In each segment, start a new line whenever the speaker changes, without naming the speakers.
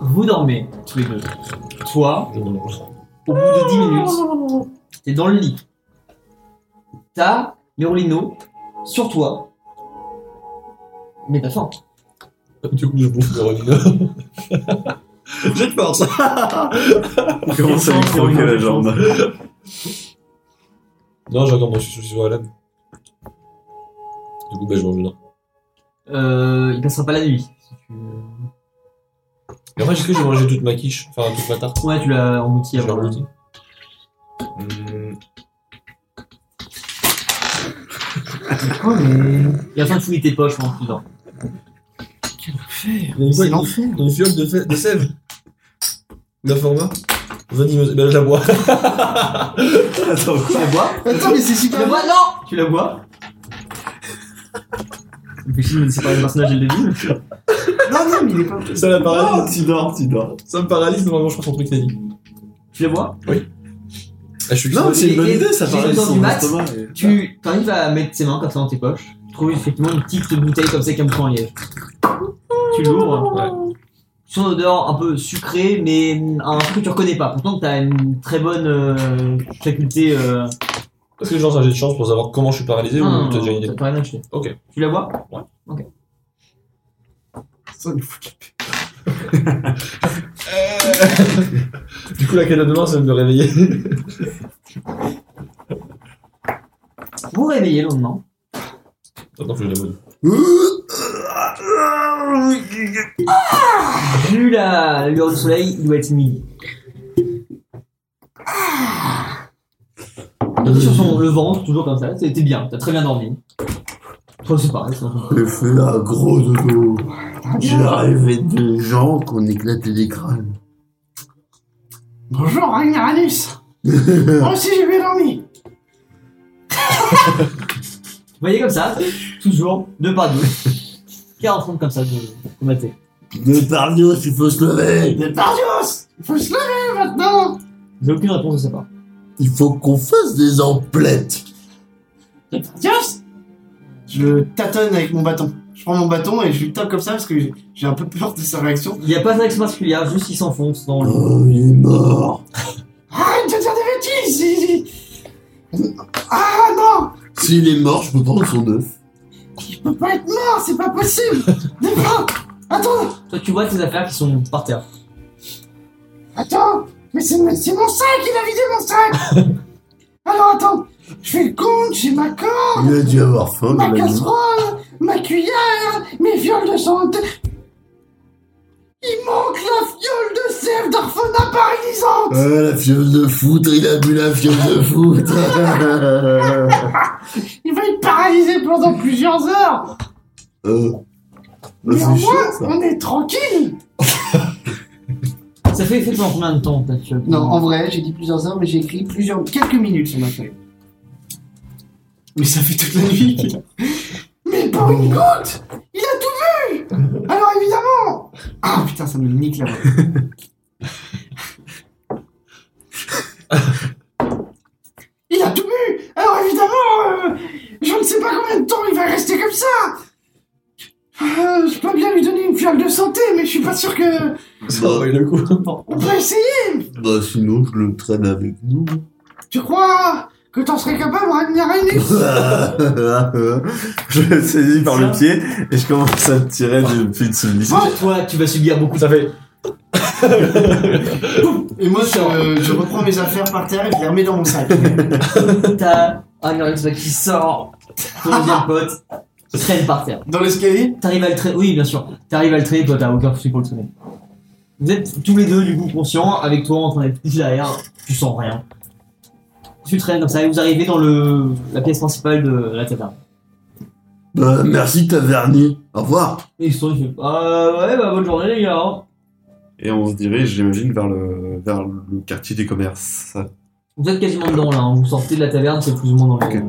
Vous dormez tous les deux. Toi, au bout de 10 minutes, t'es dans le lit. T'as Merlino sur toi. Mais t'as faim.
Du coup, je bouffe le revenant.
J'ai de force.
Il commence à lui croquer la jambe.
Non, j'ai encore mon chouchou sur la lame. Du coup, bah, je mange le nain.
Euh, il passera pas la nuit. si tu-
Mais après, est-ce que j'ai mangé toute ma quiche Enfin, toute ma tarte
Ouais, tu l'as embouti
J'ai
avant.
remonté. Hmm.
Oh, mais... Il a faim de fouiller tes poches pendant que tu dors.
C'est
l'enfer.
Une fiole de, fe- de sève D'un format 20 mimosas. Ben, je la bois.
Attends,
Tu la bois
Attends, mais c'est
Tu la
super.
bois Non Tu la bois Impossible de séparer le personnage et le début.
Non, non, mais il est pas.
Ça la
Oh,
paralyse.
tu dors, tu dors.
Ça me paralyse, normalement, je crois son truc t'a dit.
Tu la bois
Ah, je suis
Non, mais c'est une bonne
Et-
idée, ça
j'ai
paraît
le temps
son
du mat.
estomac. et-
Tu t'arrives à mettre tes mains comme ça dans tes poches. Tu trouves effectivement une petite bouteille comme ça qui a un bouton en liège. Tu l'ouvres.
hein.
Son odeur un peu sucrée, mais hum, un truc que tu reconnais pas. Pourtant, t'as une très bonne euh, faculté. Euh...
Est-ce que je lance un jet de chance pour savoir comment je suis paralysé
non,
ou
non,
t'as déjà une
non,
idée
t'as rien acheté.
Ok.
Tu la bois
Ça, il faut qu'il pète.
Du coup, la canne de main, ça va me réveiller.
Vous vous réveillez le lendemain.
Attends, faut que je la bois.
Vu la lueur du soleil, il doit être midi.
Ah.
Il est sur son, le ventre, toujours comme ça. C'était bien, t'as très bien dormi. Toi, c'est pareil. c'est normal.
J'ai fait un gros dodo. J'ai rêvé de gens qu'on éclatait des crânes.
Bonjour, Ragnaralus. Moi aussi, j'ai bien dormi.
Vous voyez comme ça, toujours, deux par deux. 40 secondes comme ça de combattre.
Mais par Dieu, il faut se lever.
Mais Bardios, il faut se lever maintenant.
J'ai aucune réponse de sa part.
Il faut qu'on fasse des emplettes.
Mais Bardios. Je le tâtonne avec mon bâton. Je prends mon bâton et je lui tape comme ça parce que j'ai- j'ai un peu peur de sa réaction.
Il n'y a pas d'action particulière, juste il s'enfonce dans le.
Oh, il est mort.
Arrête de dire des bêtises il- il- Ah non
S'il est mort, je peux prendre son œuf.
Il peut pas être mort, c'est pas possible Devant Attends
Toi, tu vois tes affaires qui sont par terre.
Attends Mais c'est c'est mon sac, il a vidé mon sac Alors attends Je fais le compte, j'ai ma corde,
Il a dû avoir faim
ma
dans la nuit.
casserole, ma cuillère, mes fioles de santé... Il manque la fiole de sève d'Arfona paralysante
Ah, la fiole de foutre, il a bu la fiole de foutre.
Il va être paralysé pendant plusieurs heures
Euh, bah,
Mais au
c'est
moins,
chaud, ça.
on est tranquille
Ça fait effectivement combien de temps t'as tu as-
Non, en vrai, j'ai dit plusieurs heures, mais j'ai écrit plusieurs, quelques minutes sur ma feuille. Mais ça fait toute la nuit. qu'il- mais pas une goutte Il a tout vu Alors évidemment Ah putain, ça me nique la voix. Il a tout vu Alors évidemment, euh, je ne sais pas combien de temps il va rester comme ça Euh, Je peux bien lui donner une fiole de santé, mais je suis pas sûr que...
Ça va, il le coup.
On peut essayer
Bah, sinon, je le traîne avec nous.
Tu crois que t'en serais capable, Ragnarelli
Je le saisis par le pied et je commence à me tirer du fil de celui-ci.
Toi, tu vas subir beaucoup de.
Ça fait.
Et moi, je, je reprends mes affaires par terre et je les remets dans mon sac.
T'as un Urlax qui sort, ton bien pote, traîne par terre.
Dans l'escalier
T'arrives à le traîner, oui, bien sûr. T'arrives à le traîner, toi, t'as aucun souci pour le traîner. Vous êtes tous les deux, du coup, conscients, avec toi en train d'être derrière, tu sens rien. Tu traînes comme ça et vous arrivez dans le, la pièce principale de la taverne.
Bah, merci, tavernier. Au revoir.
Et ils sont, ils font, ah ouais, bah bonne journée, les gars. hein.
Et on se dirige, j'imagine, vers le, vers le quartier des commerces.
Vous êtes quasiment dedans, là. hein. Vous sortez de la taverne, c'est plus ou moins dans le.
Ok.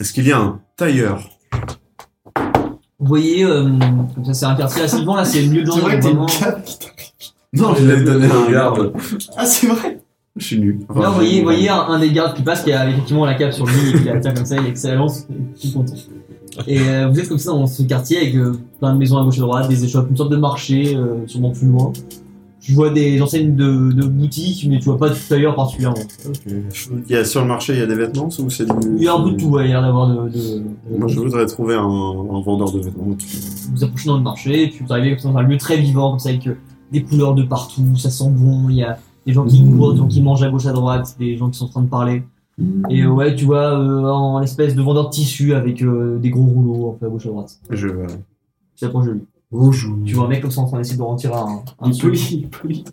Est-ce qu'il y a un tailleur
Vous voyez, euh, comme ça, c'est un quartier assez vivant, là, c'est le milieu de
C'est vrai
l'endroit.
que t'es une
vraiment.
cave.
Non, je l'ai donné à un garde.
Ah, c'est vrai
Je suis nul.
Là,
Enfin,
vous voyez,
je-
vous voyez un, un des gardes qui passe qui a effectivement la cape sur lui et qui la tient comme ça, il est excellent, il est tout content. Et euh, vous êtes comme ça dans ce quartier avec euh, plein de maisons à gauche et à droite, des échoppes, une sorte de marché, euh, sûrement plus loin. Tu vois des enseignes de, de boutiques, mais tu vois pas de tailleur particulièrement.
Il y a, sur le marché, il y a des vêtements ou c'est du.
Il y a un peu de tout, ouais, il y a l'air d'avoir de. de- de-
Moi, je voudrais trouver un, un vendeur de vêtements.
vous approchez dans le marché, et puis vous arrivez comme ça dans un lieu très vivant, comme ça avec euh, des couleurs de partout, ça sent bon, il y a des gens
Mmh.
qui courent, des gens qui mangent à gauche à droite, des gens qui sont en train de parler.
Mmh.
Et euh, ouais, tu vois, euh, en espèce de vendeur de tissu avec euh, des gros rouleaux un peu à gauche à droite.
Je, euh,
Tu t'approches de lui.
Bonjour.
Tu vois un mec comme ça en train d'essayer de retirer un, un
Il est
sou.
poli, il est poli.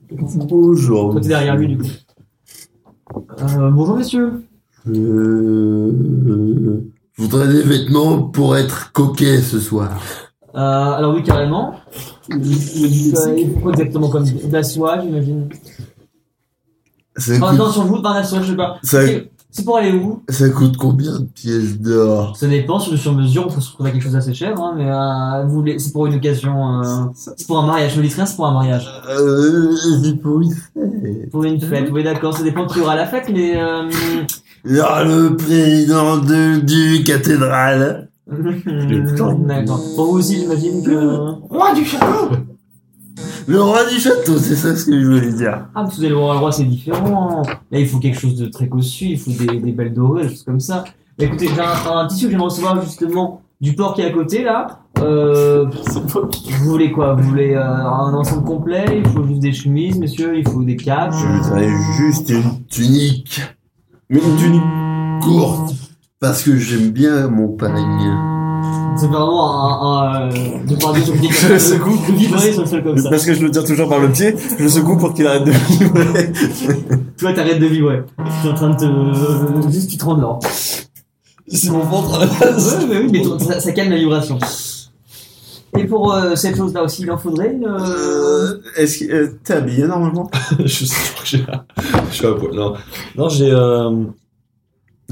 Bonjour.
Toi, t'es derrière lui, du coup. Euh, bonjour, messieurs.
Euh, euh, je voudrais des vêtements pour être coquet ce soir.
Euh, alors, oui, carrément. Euh, il faut quoi exactement comme d'assois, j'imagine
Ça
Ah, non,
coûte,
sur le bout, pas un assois, je sais pas.
ça,
C'est- C'est pour aller où
ça coûte combien de pièces d'or
Ça dépend, sur, sur mesure, on peut se trouver quelque chose d'assez cher, hein, mais euh, vous voulez- c'est pour une occasion, euh, c'est pour un mariage, je dis rien, c'est pour un mariage.
euh, C'est pour une fête.
Pour une fête, oui d'accord, ça dépend de qui aura la fête, mais... Euh...
Alors, le président de, du cathédrale.
euh, d'accord. Pour vous aussi, j'imagine que...
Roi du château
Le roi du château, c'est ça ce que je voulais dire.
Ah, mais vous allez voir le roi, c'est différent. Là, il faut quelque chose de très cossu, il faut des, des belles dorures, des choses comme ça. Mais écoutez, j'ai un, un tissu que j'aimerais recevoir justement du port qui est à côté, là. Euh, vous voulez quoi Vous voulez euh, un ensemble complet Il faut juste des chemises, messieurs, il faut des capes.
Je voudrais juste une tunique. Mais une tunique courte. Parce que j'aime bien mon pagne.
C'est vraiment un, un, euh, de parler sur le pied comme
Je
ça,
le secoue.
de vibrer sur le sol comme ça.
Parce que je le tire toujours par le pied, je le secoue pour qu'il arrête de vibrer.
Toi, t'arrêtes de vibrer. Tu es en train de te... Juste, tu te rendors.
C'est mon ventre.
Ouais, mais oui, mais ton- ça, ça calme la vibration. Et pour euh, cette chose-là aussi, il en faudrait une... euh,
Euh, Est-ce que euh, t'es habillé normalement
je sais pas, j'ai un- je suis à poil. Non, non j'ai. Euh...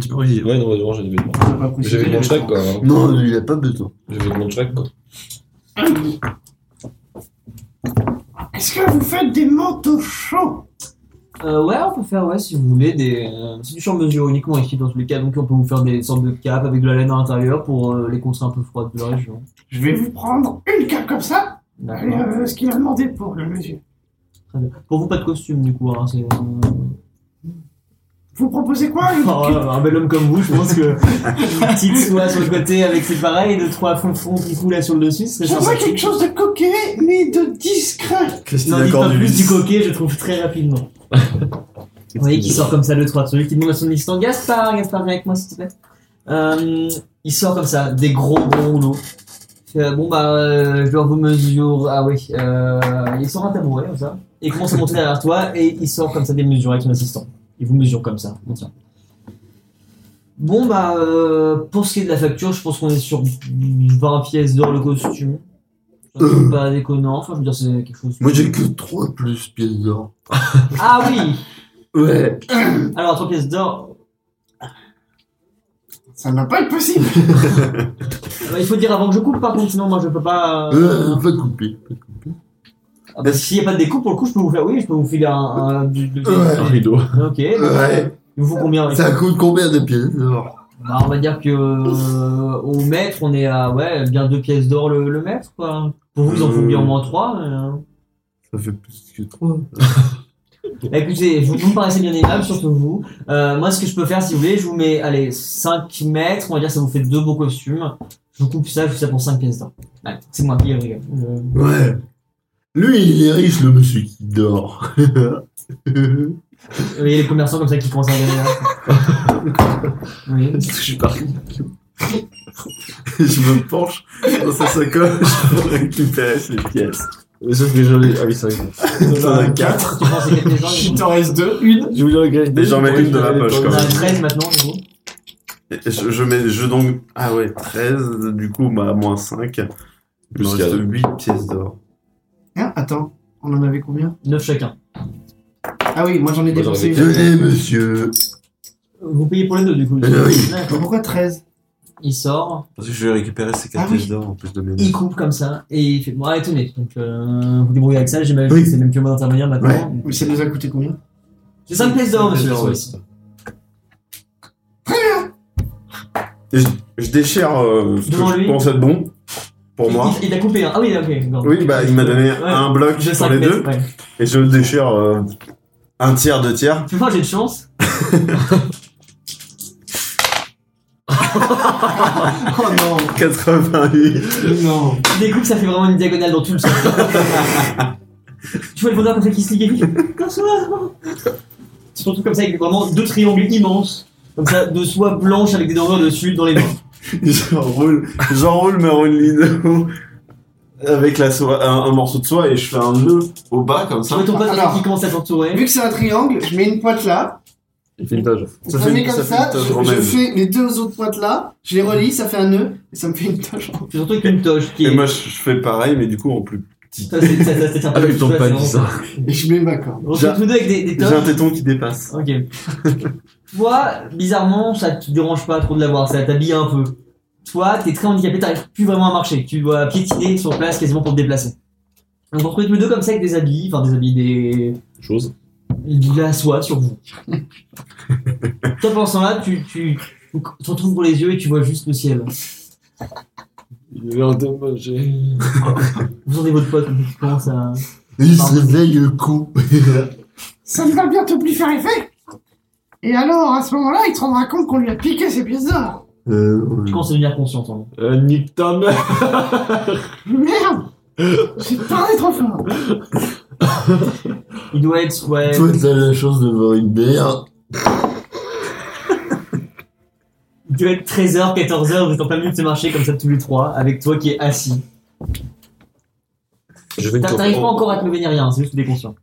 j'ai pas envie- Ouais, non, vraiment, j'ai des vêtements.
On n'a pas
J'ai
précisé
des vêtements de
les
Shrek, quoi. hein.
Non, il a pas besoin.
J'ai des vêtements de Shrek, quoi.
Est-ce que vous faites des manteaux chauds
Euh, ouais, on peut faire, ouais, si vous voulez, des. euh, c'est du sur mesure uniquement ici dans tous les cas, donc on peut vous faire des sortes de capes avec de la laine à l'intérieur pour euh, les contrées un peu froides de la région.
Je vais vous prendre une cape comme ça, et,
D'accord.
euh, ce qu'il a demandé pour le monsieur.
Très bien. Pour vous, pas de costume du coup, hein, c'est. euh,
Vous proposez quoi le-
oh, euh, un bel homme comme vous, je pense que. une petite soie sur le côté avec ses pareils, deux, trois fonds de front qui coulent là sur le dessus, c'est
Pour moi, quelque chose de coquet, mais de discret.
Non,
Christina
dites pas plus
Cordelis.
du coquet, je trouve très rapidement. Vous voyez qu'il sort comme ça deux trois trucs. Il demande à son assistant Gaspard, Gaspard viens avec moi s'il te plaît. Euh, il sort comme ça des gros gros rouleaux. Il fait, bon bah euh, je dois vous mesure. Ah oui. Euh, il sort un tabouret comme ça et il commence à monter derrière toi et il sort comme ça des mesures avec son assistant. Il vous mesure comme ça. Bon tiens. Bon bah euh, pour ce qui est de la facture, je pense qu'on est sur 20 pièces d'or le costume. Ça, c'est Pas déconnant. Enfin je veux dire c'est quelque chose.
Moi, j'ai que 3 plus pièces d'or.
Ah oui.
Ouais.
Alors, 3 pièces d'or,
Ça ne va pas être possible.
euh, il faut dire avant que je coupe, par contre, sinon moi je peux pas. euh,
Euh, pas coupé.
ah, bah, S'il n'y a pas de découpe, pour le coup, je peux vous faire. Oui, je peux vous filer un. un- du- du-
Ouais.
Un rideau.
Ok.
Ouais.
Il vous faut combien
Ça coûte combien de pièces d'or
Bah, On va dire que euh, au mètre, on est à ouais, bien 2 pièces d'or le, le mètre, quoi. Pour vous, il en faut bien au moins euh. 3.
Ça fait plus que 3.
Bah, Écoutez, vous, vous me paraissez bien aimable, surtout vous. Euh, moi, ce que je peux faire, si vous voulez, je vous mets, allez, 5 mètres, on va dire, ça vous fait deux beaux costumes. Je vous coupe ça, je fais ça pour 5 pièces d'or. Ouais, c'est moi qui rigole. Euh,
Ouais. Lui, il est riche, le monsieur qui dort.
Oui, les commerçants comme ça qui commencent à hein. galérer. oui.
Je suis pas
je me penche dans sa sacoche pour récupérer ses pièces.
Sauf que j'en ai. Ah oui, c'est vrai.
Dans un 4.
euh, Tu penses qu'il y a des gens qui-
Il t'en reste deux, une.
Je voulais regretter.
Mais j'en mets
Pourquoi
une dans
je
la
l'avais pas
poche, quand
On
mis
a 13 maintenant, du coup.
je, je mets je donc. Ah ouais, 13, du coup, bah, moins 5. Il me
Jusqu'à-
reste 8 pièces d'or.
Hein, attends, on en avait combien
9 chacun.
Ah oui, moi j'en ai
Moi, j'en
dépensé
avais
une.
Tenez, monsieur.
Vous payez pour les deux, du
Eh
coup.
ben
Euh, oui.
D'accord.
Pourquoi 13
Il sort,
Parce que je vais récupérer ces
quatre Ah oui. pièces
d'or en plus de mes
il coupe comme ça, et il fait, bon, allez, tenez. Donc, euh, vous débrouillez avec ça, j'imagine
Oui.
que c'est même que moi d'intervenir maintenant.
Mais ça nous a coûté combien
C'est 5 pièces d'or, monsieur.
Ouais,
Leroy.
c'est ça.
Je, je déchire euh, ce que
Devant
je
lui.
pense être bon pour
Il-
moi.
Il, il a coupé un. Ah oui, ok. d'accord.
Oui, bah il m'a donné
Ouais.
un bloc
De
sur
cinq
les
mètres,
deux
ouais.
et je le déchire euh, un tiers, deux tiers.
Tu vois, j'ai de chance.
Oh non,
88.
non.
Des coups, ça fait vraiment une diagonale dans tout le sens. tu vois le vendeur comme ça qui se ligue. Surtout comme ça, avec vraiment deux triangles immenses. Comme ça, de soie blanche avec des dorures dessus dans les mains.
J'enroule, j'enroule ma rouline de haut avec la soie, un, un morceau de soie et je fais un nœud au bas comme
Tu
ça.
vois ton pote
Alors.
qui commence à t'entourer.
Vu que c'est un triangle, je mets une pointe là.
Il fait une tâche.
Ça
je
fait
mets
une-
comme
ça
ça,
fait une toge
je- je,
romaine.
fais les deux autres pointes là, je les relie, ça fait un nœud, et ça me fait une toge.
C'est surtout avec une toche qui
Et
est.
moi je, je fais pareil mais du coup en plus.
Ça, c'est- ça, ça, c'est sympa.
Ah, ils t'ont
Tu vois,
pas
c'est
dit ça.
Et je mets ma corde.
On se retrouve tous deux avec des, des
J'ai un
toches.
téton qui dépasse.
Ok. Toi, bizarrement, ça te dérange pas trop de l'avoir, ça t'habille un peu. Toi, t'es très handicapé, t'arrives plus vraiment à marcher. Tu dois piétiner sur place quasiment pour te déplacer. Donc, vous retrouvez tous les deux comme ça avec des habits, enfin des habits, des.
Chose.
de la soie sur vous. Toi, pendant ce temps-là, tu, tu, tu te retrouves pour les yeux et tu vois juste le ciel.
Il est endommagé.
Vous sentez votre pote qui commence à.
Il se réveille le con.
Ça ne va bientôt plus faire effet Et alors, à ce moment-là, il se rendra compte qu'on lui a piqué ses pièces d'or
Euh,
Tu commences à devenir conscient, toi.
Euh, nique ta mère.
Merde J'ai parlé trop fort
Il doit être, ouais.
Toi, t'as la chance d'avoir une mère.
Il doit être 13h, 14h, vous êtes en plein milieu de ce marché comme ça tous les trois, avec toi qui est assis.
Je vais
T'a- T'arrives pas encore à te lever ni rien, c'est juste des conscients.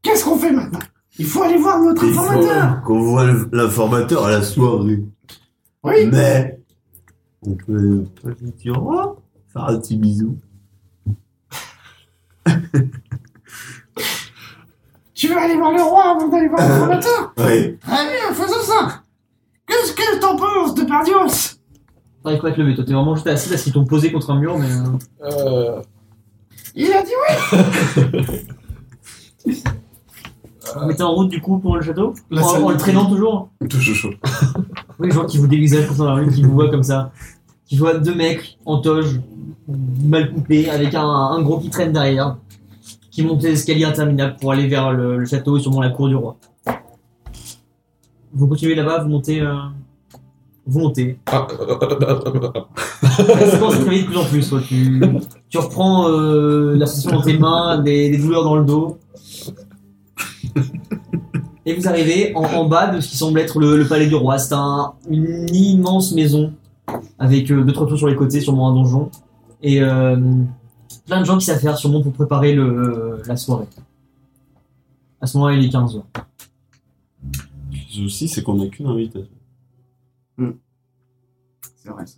Qu'est-ce qu'on fait maintenant Il faut aller voir notre
Il
informateur
faut qu'on voit le- l'informateur à la soirée.
Oui
Mais on peut pas lui dire oh, au revoir, faire un petit bisou.
Tu veux aller voir le roi avant d'aller voir l'informateur
Ouais.
Très bien, faisons ça Qu'est-ce que t'en penses de Pardios
T'arrives pas à te lever, toi t'es vraiment juste assis parce qu'ils t'ont posé contre un mur, mais. euh,
Euh,
Il a dit oui
Vous mettez en route du coup pour le château
La
en,
salle
en le
des
traînant toujours
Tout chaud.
Oui, les gens qui vous dévisagent comme ça dans la rue, qui vous voient comme ça. Qui voient deux mecs en toge, mal coupés, avec un, un gros qui traîne derrière, qui montent les escaliers interminables pour aller vers le, le château et sûrement la cour du roi. Vous continuez là-bas, vous montez. euh, vous montez.
ah, ah, ah, ah, ah, ah.
La séquence se réveille de plus en plus. toi. Tu, tu reprends euh, la sensation dans tes mains, des, des douleurs dans le dos. Et vous arrivez en, en bas de ce qui semble être le, le palais du roi. C'est un, une immense maison avec euh, deux trois tours sur les côtés, sûrement un donjon. Et euh, plein de gens qui s'affairent sûrement pour préparer le, la soirée. À ce moment-là, il est 15h.
Le souci c'est qu'on n'a qu'une invitation.
C'est vrai ça.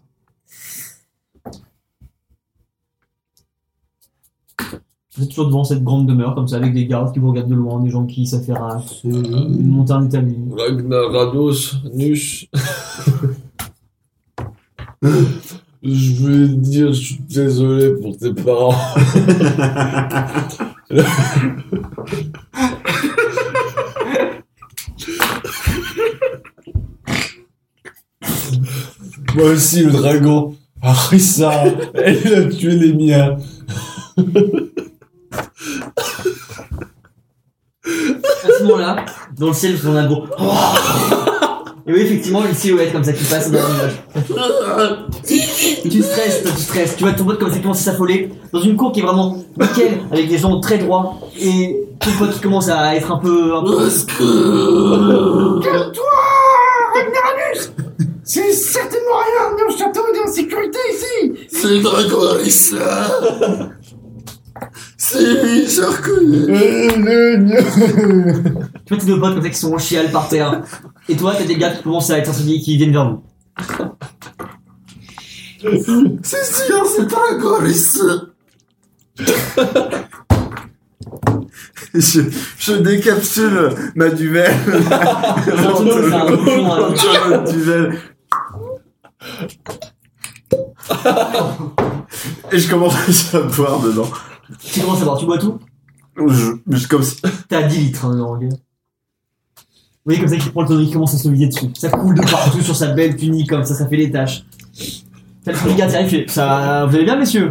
Vous êtes toujours devant cette grande demeure, comme ça, avec des gardes qui vous regardent de loin, des gens qui s'affairassent, euh, une montagne établie.
Ragnaros, Nus. je voulais te dire, je suis désolé pour tes parents. Moi aussi, le dragon a pris ça et il a tué les miens.
À ce moment-là, dans le ciel, on a un gros. Et oui, effectivement, une silhouette comme ça qui passe dans le nuage. tu stresses, toi, tu stresses. Tu vois ton pote comme ça qui commence à s'affoler dans une cour qui est vraiment nickel, avec des gens très droits. Et ton pote qui commence à être un peu. un peu-
euh,
Calme-toi, Ragnarus C'est certainement rien, on est au château, on est en sécurité ici
C'est Dracarissa C'est lui, je reconnais
Euh,
Tu vois tes deux potes comme ça qui sont en chial par terre. Et toi, t'as des gars qui commencent à être incendiés qui viennent vers vous.
C'est sûr, c'est Dracarissa
Je, je décapsule ma euh, duvel.
C'est un tonneau, c'est un tonneau, hein.
Ma duvel. euh, Et je commence à boire dedans.
Tu commences à voir, tu bois tout
Je, je- comme si-
T'as 10 litres hein, dedans, ok voyez comme ça qu'il prend le tonneau, il commence à se vider dessus. Ça coule de partout sur sa belle tunique, comme ça, ça fait des taches. T'as le brigade qui arrive, il fait, ça, vous allez bien, messieurs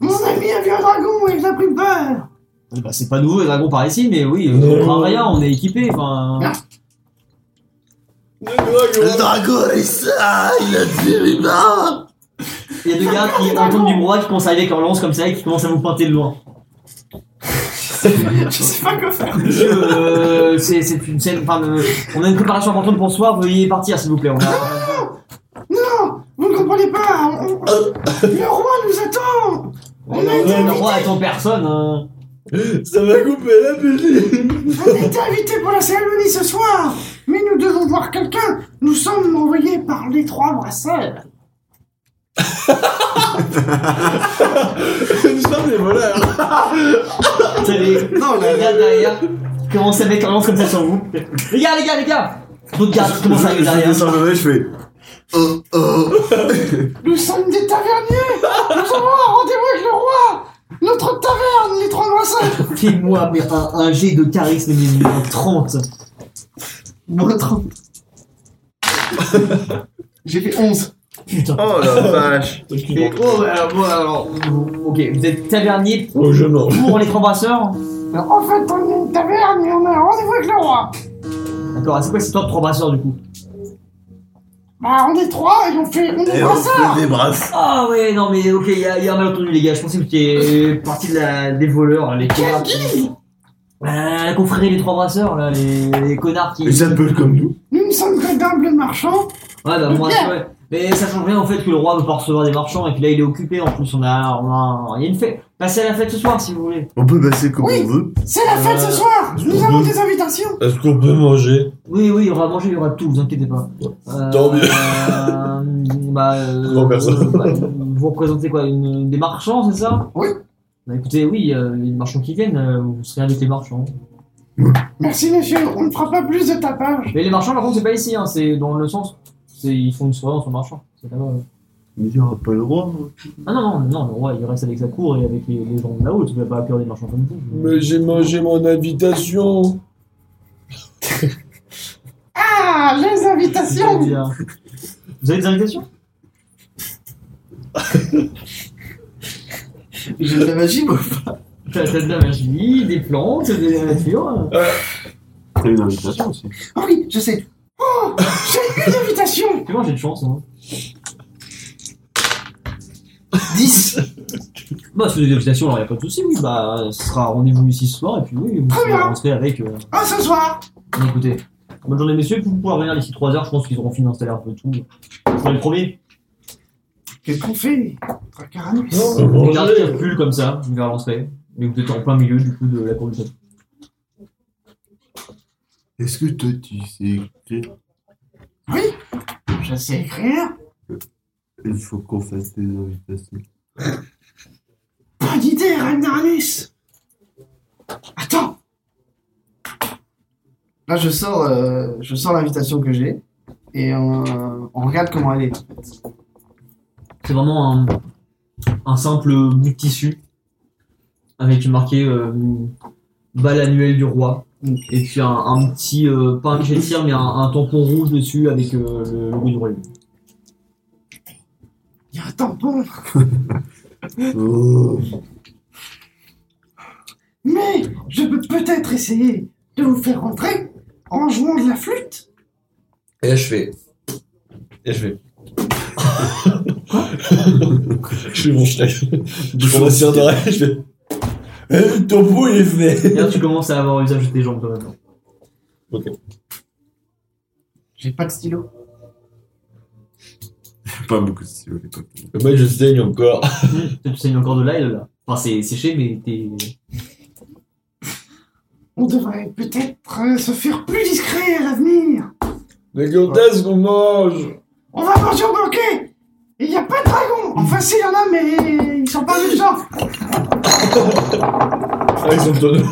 Mon ami a vu un dragon et il a pris peur.
Eh ben, c'est pas nouveau les dragons par ici, mais oui, on comprend rien, on est équipé, enfin.
Le dragon, il, ça, ah, il a tué les mains.
Il y a deux gars qui entendent du brouhaha qui commencent à arriver avec leur lance comme ça et qui commencent à vous pointer de loin.
Je sais pas quoi faire.
Monsieur, euh, c'est c'est une scène. Enfin, euh, on a une préparation importante pour ce soir, veuillez partir s'il vous plaît. On a...
Non, vous ne comprenez pas. on- on- le roi nous attend. On a été
Le
invité,
roi attend personne. hein.
Ça va couper la pêche
on a été invité pour la cérémonie ce soir. Mais nous devons voir quelqu'un. Nous sommes envoyés par les trois brasseurs.
Nous sommes des voleurs
Vous savez,
Non,
les
là,
gars derrière qui commencent à mettre leur lance comme ça sur vous. Les gars, les gars, les gars D'autres gars qui commencent à
je
arriver derrière.
descends le mec, je fais.
Oh, oh.
Nous sommes des taverniers. Nous avons un rendez-vous avec le roi. Notre taverne, les trois brasseurs.
Fais-moi mais un, un jet de charisme mais moins 30.
Moins 30. J'ai fait 11.
Putain.
Oh la vache.
Et- oh, alors, bon, alors, ok, vous êtes tavernier
Oh, je mange.
pour les trois brasseurs
Alors, en fait, on est une taverne et on a un rendez-vous avec le roi.
D'accord, ah, c'est quoi cette histoire de trois brasseurs du coup
Bah, on est trois et on fait. On est
Et on
brasseurs.
se débrasse.
Ah ouais, non mais ok, il y, a- y a un malentendu les gars, je pensais que tu étais parti de la, des voleurs, les connards. qui- Euh, la confrérie des trois brasseurs, là, les, les connards qui...
Ils appellent comme nous.
Nous ne sommes que d'humbles marchands.
Ouais, bah, moi, ouais. Mais ça change rien au fait que le roi veut pas recevoir des marchands et que là il est occupé en plus, on a... on a- Il y a une fête. Passez à la fête ce soir si vous voulez.
On peut passer comme
Oui.
on veut.
C'est la fête
Euh,
ce soir. Nous
je
avons
veux-
des invitations.
Est-ce qu'on peut manger
Oui, oui, il y aura à manger, il y aura tout, vous inquiétez pas. Euh,
Tant mieux.
euh, bah, euh,
Grand personne.
bah, vous représentez quoi une, Des marchands, c'est ça
Oui.
Bah écoutez, oui, euh, il y a des marchands qui viennent, euh, vous serez avec les marchands.
Merci, monsieur. On ne fera pas plus de tapage.
Mais les marchands, par contre, c'est pas ici, hein, c'est dans le sens. c'est- Ils font une soirée en sont marchand. C'est là-bas, ouais.
Mais il n'y aura pas le droit.
hein.
Ah non, non, non, le roi, il reste avec sa cour et avec les, les gens de là-haut, tu peux pas accueillir des marchands comme vous.
Mais j'ai mangé mon invitation
Ah, les
C'est pas
invitations.
bien. Vous avez des invitations
J'ai de la magie, moi.
T'as t'as de la magie, des plantes, des la nature. hein.
T'as une invitation aussi.
Ah oui, je sais. Oh, j'ai une invitation.
Comment j'ai de chance, hein
10.
Bah, si vous avez des invitations, alors y a pas de soucis, oui, bah, ce sera rendez-vous ici ce soir, et puis oui, vous
Très
pouvez
bien.
rentrer avec. euh,
Ah, ce soir.
Bon, écoutez, bonne journée messieurs, vous pouvez revenir d'ici 3 heures, je pense qu'ils auront fini d'installer un peu tout. Pour les premiers,
Qu'est-ce qu'on fait Tracaranus.
Non,
Oh,
on peut
les gardes qui
manger
reculent comme ça, vers l'entrée, mais vous êtes en plein milieu du coup de la cour du château.
Est-ce que toi, tu sais écrire
Je sais écrire.
Il faut qu'on fasse des invitations.
Pas d'idée, Ragnarus. Attends. Là, je sors, euh, je sors l'invitation que j'ai et on, euh, on regarde comment elle est.
C'est vraiment un, un simple bout de tissu avec marqué euh, bal annuel du roi et puis un, un petit, euh, pas un fichier de tir, mais un, un tampon rouge dessus avec euh, le logo du royaume.
Il y a un tampon.
Oh.
Mais je peux peut-être essayer de vous faire rentrer en jouant de la flûte.
Et là, je fais. Et je fais. je fais mon Shrek. Je prends ma serre d'oreille, je fais. Eh, ton pot, il est fait
Et là tu commences à avoir usage de tes jambes toi maintenant.
J'ai pas de stylo.
Pas beaucoup de stylos à l'époque.
Le mec, je saigne encore.
Mmh, Tu saignes encore de là et de là. Enfin c'est séché mais t'es...
On devrait peut-être euh, se faire plus discret à l'avenir.
Mais quand est-ce qu'on mange
On va manger au banquet. Et il n'y a pas de dragon. Enfin, s'il y en a, mais ils sont pas méchants.
Ah, ils sont tonneaux.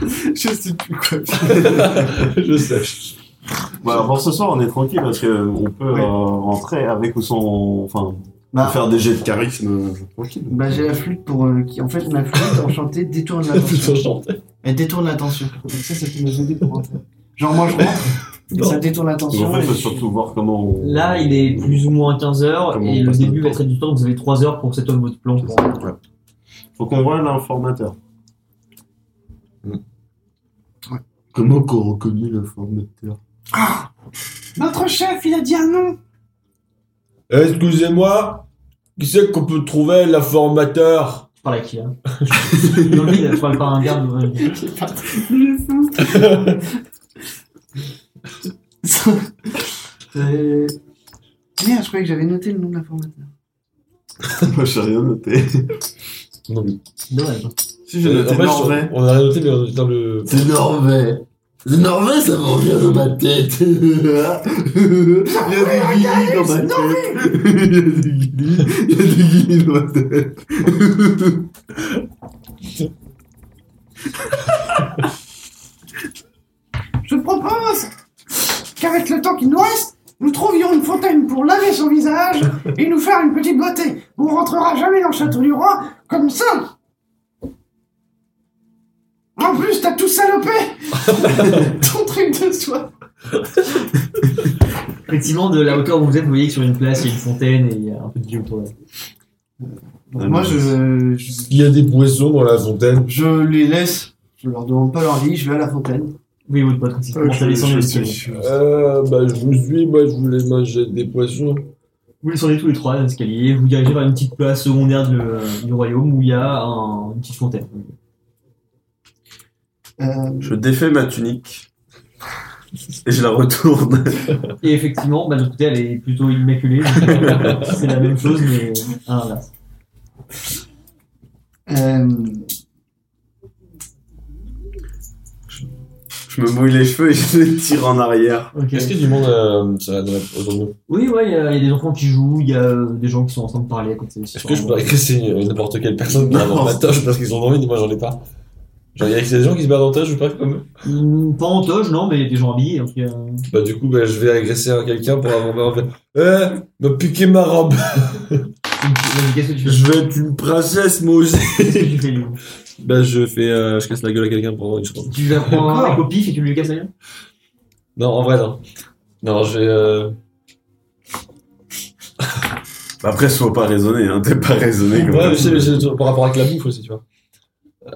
Je sais plus quoi.
je sais.
Bah, alors, pour ce soir, on est tranquille parce que euh, on peut
Oui.
euh, rentrer avec ou sans. Enfin,
Bah.
faire des jets de charisme euh, tranquille.
Bah j'ai la flûte pour euh, qui en fait ma flûte enchantée détourne
Putain,
l'attention.
chanté.
Elle détourne l'attention. Donc ça, ça peut nous aider pour rentrer. Genre, moi, je rentre, et
Non.
ça détourne l'attention.
en fait,
et
faut
je-
surtout voir comment. on-
Là, il est plus ou moins 15h
Comment
et
on
le
passe
début
notre
va
temps
être du temps. Vous avez 3 heures pour cet homme votre plan.
C'est ça, ouais. Faut qu'on voit l'informateur.
Comment qu'on reconnaît l'informateur
Ah Notre chef, il a dit un nom.
Eh, Excusez-moi, qui c'est qu'on peut trouver l'informateur
Tu parles à qui là Dans le vide, tu parles pas à un garde. ouais.
Euh, Merde, je croyais que j'avais noté le nom de l'informateur.
Moi, j'ai rien
Euh,
noté.
Non, mais.
Dommage. hein.
Si, j'ai noté Norvais.
on a rien noté, mais on est dans le.
C'est Norvais. C'est Norvais, ça me revient dans ma tête. Il y a des guillis dans ma tête. Il y a des guillis. Il y a des guillis dans ma tête.
Je propose qu'avec le temps qu'il nous reste, nous trouvions une fontaine pour laver son visage et nous faire une petite beauté. On rentrera jamais dans le château du roi comme ça. En plus, t'as tout salopé ton truc de soie.
Effectivement, de la hauteur où vous êtes, vous voyez que sur une place, il y a une fontaine et il y a un peu de vie autour d'elle.
Moi, je, je,
Il y a des poissons dans la fontaine.
je les laisse. Je leur demande pas leur vie. Je vais à la fontaine.
Oui, votre pote, quand il
Euh,
commence à descendre
je-
le
je-
escalier.
je-
Euh, bah, je vous suis, moi, je voulais manger des poissons.
Vous descendez tous les trois dans l'escalier, vous dirigez vers une petite place secondaire de le- du royaume où il y a un- une petite fontaine.
Euh,
Je défais ma tunique et je la retourne.
Et effectivement, bah, de l'autre côté, elle est plutôt immaculée. donc, euh, C'est la même chose, mais à l'inverse.
euh,
Je me mouille les cheveux et je les tire en arrière.
Ok.
Est-ce qu'il y a du monde euh, ça, dans la- autour de nous
Oui, ouais, il y, a il y a des enfants qui jouent, il y a euh, des gens qui sont en train de parler à côté.
Est-ce que je peux agresser euh, n'importe quelle personne qui a un
Non.
avantage parce qu'ils en ont envie, mais moi j'en ai pas Genre, il y a des gens qui se battent en tâche, je parle comme eux.
Hmm, Pas en toge, non, mais il y a des gens habillés. Donc, euh,
Bah, du coup, bah, je vais agresser un- quelqu'un pour avoir. Eh, m'a piqué ma robe
vas-y, Qu'est-ce que tu fais
Je vais être une princesse, moi aussi
Qu'est-ce que tu fais, Léo
Bah, je fais. euh, je casse la gueule à quelqu'un pour avoir une chance.
Tu vas prendre un
Quoi
mec au pif et tu lui casses la gueule
Non, en vrai, non. Non, je vais. euh,
Après, sois pas raisonné, hein. T'es pas raisonné comme
Ouais, mais
ça.
c'est mais c'est par rapport avec la bouffe aussi, tu vois. Euh,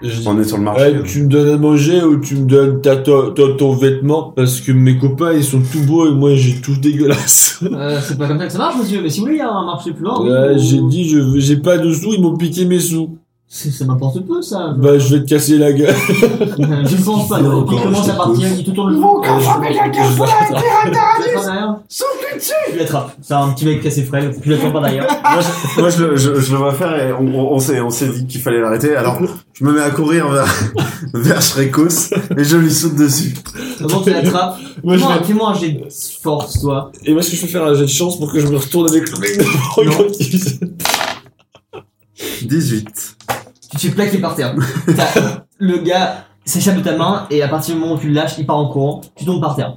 je dis,
On est sur le marché.
ouais, tu me donnes à manger ou tu me donnes ta, ta- ta- ton vêtement parce que mes copains ils sont tout beaux et moi j'ai tout dégueulasse.
Euh, C'est pas comme ça que ça marche, monsieur, mais si vous voulez, il y a un marché plus loin.
Ouais,
oui,
Euh, j'ai
ou-
dit je veux- j'ai pas de sous, ils m'ont piqué mes sous.
C'est- Ça m'importe peu, ça.
Bah je vais te casser la gueule.
je ne pense pas.
Non,
non. Il
encore,
commence
je
à
te
partir, il te tourne le
ils vont encore frapper quelqu'un pour la
Tu l'attrapes derrière
Sauf-lui dessus.
Tu l'attrapes. C'est un petit mec qui a ses frêles, tu l'attrapes par derrière.
moi, je, moi, je le- je- je le vois faire et on, on- on s'est, on s'est dit qu'il fallait l'arrêter. Alors, je me mets à courir vers, vers Shrekos et je lui saute dessus.
Comment tu l'attrapes
Moi, je
Non,
vais-
Fais-moi un jet de force, toi.
Et moi ce que je peux faire un jet de chance pour que je me retourne avec le mec devant
Non.
quand il-
18.
Tu te fais plaquer par terre. T'as- le gars s'échappe de ta main et à partir du moment où tu le lâches, il part en courant, tu tombes par terre.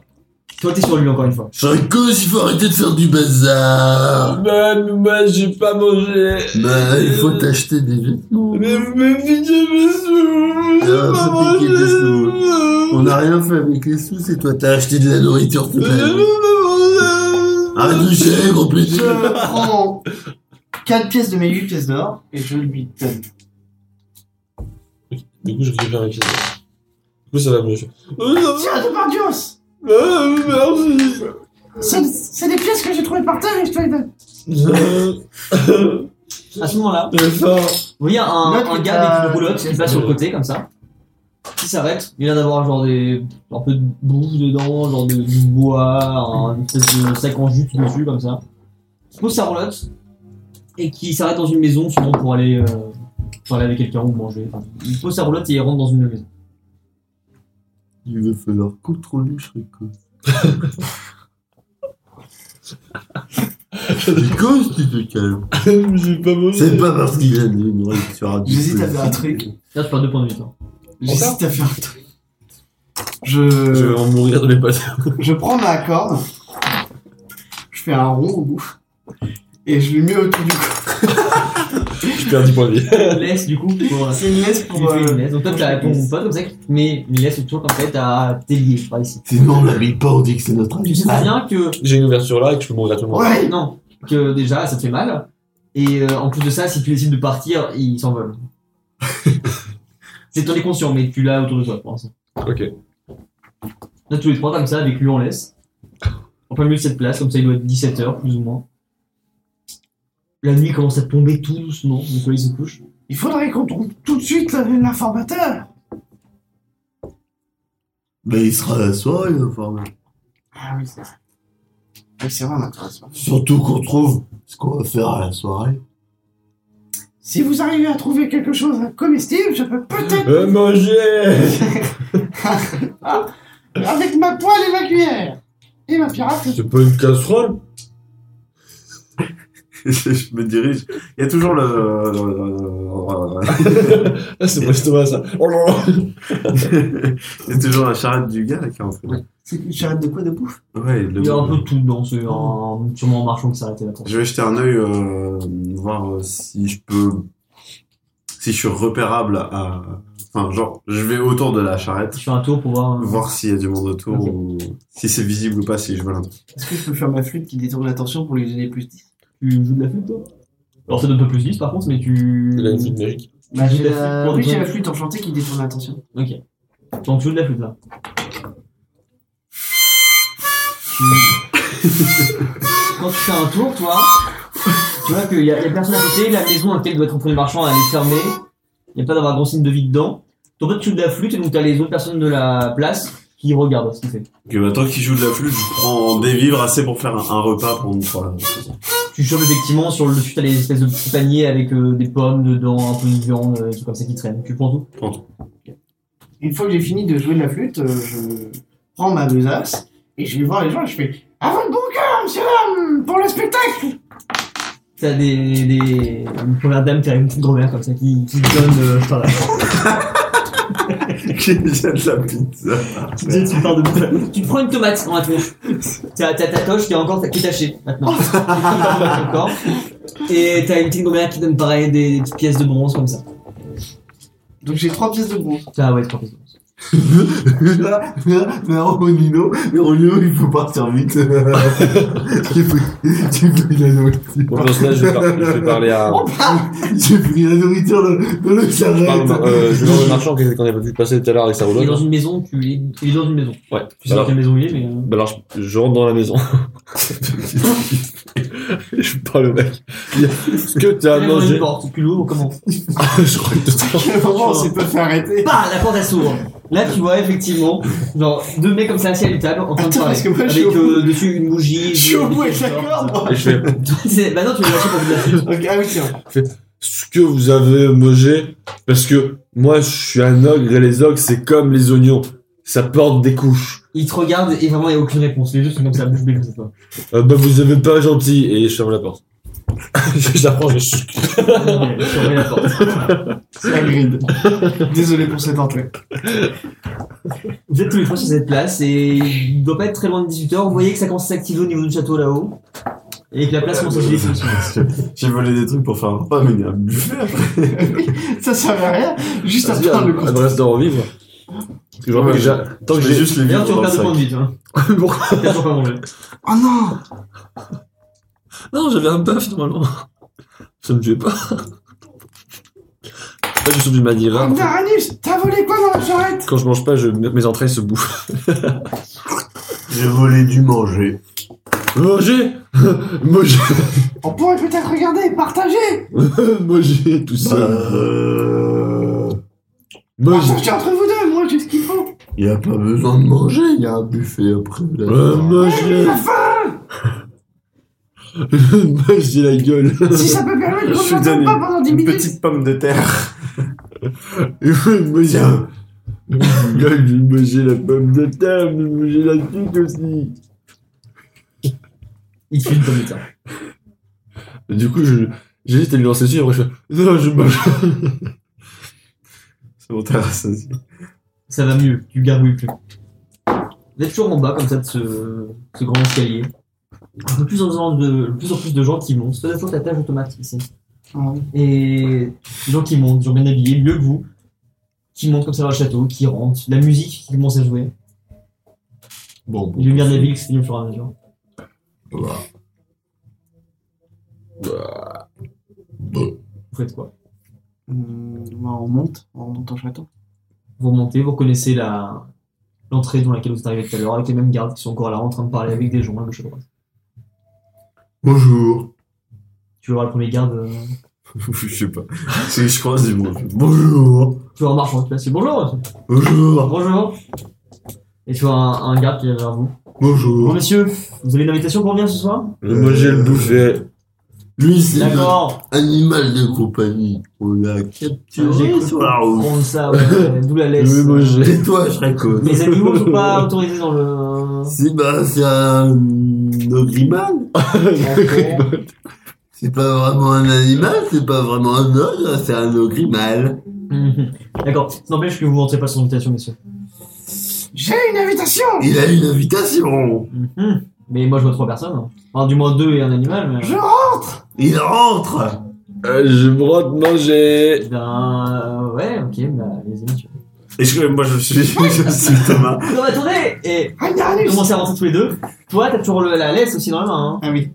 Toi, t'es sur lui encore une fois.
Chacos, il faut arrêter de faire du bazar.
Bah, mais moi j'ai pas mangé.
Bah, il faut t'acheter des vêtements.
Mais vous m'avez piqué mes sous. J'ai
Ah,
pas
vous piquez tes
mangé.
On n'a rien fait avec les sous, c'est toi, t'as acheté de la nourriture toute la vie.
Ah,
Arrête de chier, gros pédé.
Je prends 4 pièces de mes 8 pièces d'or et je lui donne.
Du coup, je récupère un pied. Du coup, ça va mieux.
Tiens, de par Dios
Merci.
C'est c'est des pièces que j'ai trouvées par terre et je te les donne.
À ce moment-là,
Très fort.
vous voyez un,
Note
un
que
gars
t'as-
avec une roulotte qui passe sur le côté, comme ça. Qui s'arrête. Il a d'avoir genre des. un peu de bouffe dedans, genre de, du bois, un une espèce de sac en jute dessus, comme ça. Il pose sa roulotte et qui s'arrête dans une maison, souvent pour aller euh, parler avec quelqu'un ou manger. Enfin, il pose sa roulotte et il rentre dans une maison.
Il va falloir contrôler Shrikos. Shrikos, tu te calmes.
J'ai pas mangé.
C'est pas parce qu'il a des noix que tu auras du
J'hésite à
feu.
faire un truc.
Là, tu perds deux points de vie, toi.
J'hésite à faire un truc.
Je vais
Je,
en mourir de mes potes.
je prends ma corde, je fais un rond au bout et je le mets autour du cou.
Je perds 10 points de vie.
laisse du coup pour.
C'est une laisse
Il
pour.
fait
euh,
une laisse. Donc toi, tu la réponds pas comme ça, mais il laisse toujours comme fait à Tellier par ici. Ah.
Sinon, on l'habille pas, on dit que c'est notre
Tu
ami.
sais très bien que
J'ai une ouverture là et que je peux mourir à tout le monde.
Ouais
non, que déjà ça te fait mal. Et euh, en plus de ça, si tu décides de partir, ils s'envolent. C'est t'en es conscient, mais tu l'as autour de toi pour l'instant.
Ok.
Là, tous les trois comme ça, avec lui en laisse. En plein milieu de cette place, comme ça il doit être 17h plus ou moins. La nuit commence à tomber tout doucement, le soleil se couche.
Il faudrait qu'on trouve tout de suite l'informateur.
Mais il sera à la soirée, l'informeur.
Ah oui, c'est ça. Oui, c'est vrai, on a trouvé ça.
Surtout qu'on trouve ce qu'on va faire à la soirée.
Si vous arrivez à trouver quelque chose de comestible, je peux peut-être, Ah,
Euh, manger
avec ma poêle et ma cuillère, et ma pirate,
C'est pas une casserole
je, je me dirige. Il y a toujours le.
Ah, c'est mon estomac ça. Oh là là
Il y a toujours la charrette du gars là, qui est entrée.
C'est une charrette de quoi de bouffe
Ouais, le-
Il y a un peu de tout dedans, c'est un- sûrement un marchand qui s'est arrêté là. pour ça.
Je vais jeter un œil, euh, voir euh, si je peux. Si je suis repérable à. Enfin, genre, je vais autour de la charrette,
Je fais un tour pour voir. euh,
voir s'il y a du monde autour,
Ok.
ou si c'est visible ou pas, si je vois l'intérieur.
Est-ce que je peux faire ma flûte qui détourne l'attention pour lui donner plus 10
Tu joues de la flûte, toi Alors, ça donne pas plus 10 par contre, mais tu.
Il a une petite magique.
bah,
Tu
j'ai
joues de
la...
flûte,
Oui,
toi,
j'ai
toi
la flûte enchantée qui détourne l'attention.
Donc, tu joues de la flûte là. Tu- Quand tu fais un tour, toi, tu vois qu'il y, a y a personne à côté, la maison à laquelle doit être entré le marchand, elle est fermée, il n'y a pas d'avoir grand signe de vie dedans. Donc, toi, tu joues de la flûte et donc t'as les autres personnes de la place qui regardent ce qu'il fait.
Ok, bah, tant qu'il joue de la flûte, je prends des vivres assez pour faire un, un repas pour une fois.
Tu chopes effectivement sur le dessus, t'as les espèces de petits paniers avec euh, des pommes dedans, un peu de viande, euh, des trucs comme ça qui traînent. Tu prends tout
Une fois que j'ai fini de jouer de la flûte, euh, je prends ma besace et je vais voir les gens et je fais À votre bon cœur, monsieur dame, pour le spectacle
T'as des, des... Une première dame qui a une petite grand-mère comme ça qui, qui te donne... Euh, par là.
J'ai déjà de la pizza.
tu, te dis, tu, pars de bouffe. tu te prends une tomate dans la tronche. T'as t'as ta toche qui est encore qui est tachée maintenant. D'accord Et t'as une petite grand-mère qui donne pareil des, petites pièces de bronze comme ça.
Donc j'ai trois pièces de bronze.
T'as ouais, trois pièces de bronze.
Là, là, Nino, Nino, il faut partir vite. J'ai pris, j'ai pris la nourriture.
Bon, dans ce cas, je vais, par- je vais parler à.
Oh, bah
J'ai pris la nourriture dans, dans le
Je parle au mar-
charrette.
euh, je vais voir le marchand qu'on qu'on a pas pu passer tout à l'heure avec sa
Il est dans
hein.
roulotte.
une maison, tu il est, il est dans une maison.
Ouais.
Tu sais dans
Alors,
quelle maison il est, mais... euh,
bah alors je, je rentre dans la maison. je parle au mec. Il y a- Est-ce que
Ah,
tu as
Il est dans une
mangé
porte, tu l'ouvres, comment
Je crois que t'as-
Vraiment, on s'est pas fait arrêter.
Bah, la porte elle s'ouvre. Là, tu vois effectivement, genre deux mecs comme ça assis à une table en train de
Attends,
parler.
parce que moi, je suis
avec
au bout.
euh, dessus une bougie.
Je suis au
des-
bout
des
avec la
sortes,
corde,
ça.
Et je fais.
C'est- Bah non, tu l'as lâché pour de la flûte.
Ok, ah oui, tiens.
ce que vous avez mangé parce que moi je suis un ogre et les ogres c'est comme les oignons ça porte des couches
Ils te regardent et vraiment il n'y a aucune réponse. Les deux sont comme ça, bouche bée comme ça. toi.
Euh, bah vous avez pas gentil et je ferme la porte j'apprends je suis
Tu remets la porte.
C'est la grid. Désolé pour cette entrée.
Vous êtes tous les trois sur cette place et il doit pas être très loin de 18h. Vous voyez que ça commence à s'activer au niveau du château là-haut et que la place commence à se défoncer.
J'ai volé des trucs pour faire un repas, mais il y a un buffet.
Ça servait à rien, juste à
Vas-y,
prendre le coup.
un restaurant vivre parce que je rappelle que j'ai- tant que
Je mets
j'ai
juste les
D'ailleurs, tu
vivres dans
repères
le
deux points de vie,
sac.
tu vois.
Pourquoi
T'as toujours pas mangé.
Oh non
non j'avais un bœuf normalement ça me tuait pas Là, je suis obligé de manier
Oh,
rare.
Naranus, t'as volé quoi dans la charrette
quand je mange pas je, mes entrailles se bouffent
J'ai volé du manger.
manger manger
On pourrait peut-être regarder et partager
manger tout ça
Euh,
manger
Partagez entre vous deux, moi j'ai ce qu'il faut
y a pas besoin de manger, y a un buffet après. là.
Euh, manger
La faim
Magie la gueule.
Si ça peut permettre
Je
qu'on
lui
ne
donne
s'entende pas pendant 10
une, une
minutes
petite pomme de terre.
Magie. Magie la pomme de terre, magie la suite aussi.
Il te fait une pomme de terre.
Et du coup, je- j'hésite à lui lancer dessus, et après je fais Non, je mange.
C'est bon, t'as rassasié.
Ça va mieux, tu gargouilles plus. Vous êtes toujours en bas comme ça de ce, ce grand escalier. De plus en plus de, de plus en plus de gens qui montent. C'est la faute à tâche de tomate ici. Et des gens qui montent, des gens bien habillés, mieux que vous, qui montent comme ça dans le château, qui rentrent, la musique qui commence à jouer,
Bon, bon.
les lumières de la ville qui s'éteignent au fur et à mesure.
Bah.
Vous faites quoi
Hum, bah, on monte, on monte au château.
Vous remontez, vous reconnaissez la l'entrée dans laquelle vous êtes arrivé tout à l'heure, avec les mêmes gardes qui sont encore là en train de parler avec des gens à gauche à droite.
Bonjour.
Tu vas voir le premier garde, euh,
Je sais pas. C'est, je croise du monde. Bonjour.
tu vas en marchant, tu passes, bonjour,
Ah, Bonjour.
bonjour. Et tu vois un, un garde qui vient vers vous. Bon
Bonjour.
messieurs, vous avez une invitation pour venir ce soir
Moi j'ai le bouffet.
Lui, c'est notre
D'accord.
animal de compagnie. On l'a capturé
J'ai-
sur la route.
Prendre ça, ouais, d'où la laisse.
Oui, moi, j'ai-
Tais-toi, Shrek.
Les animaux sont pas autorisés dans le.
C'est bah, c'est un ogrimal. C'est pas vraiment un animal, c'est pas vraiment un ogre, c'est un ogrimal.
Mhm. D'accord, ça n'empêche que vous rentrez pas sans invitation, messieurs.
J'ai une invitation
Il a une invitation.
Mhm. Mais moi je vois trois personnes. hein. Enfin, du moins deux et un animal, mais. euh,
Je
Il rentre.
Euh, je brote manger.
Eh Ben. euh, Ouais, ok, bah, allez-y, messieurs.
Et je, moi, je suis, je suis Thomas.
Non, mais attendez Et vous
Randaranus
commencez à avancer tous les deux. Toi, t'as toujours le- la laisse aussi dans la main, hein.
Ah oui.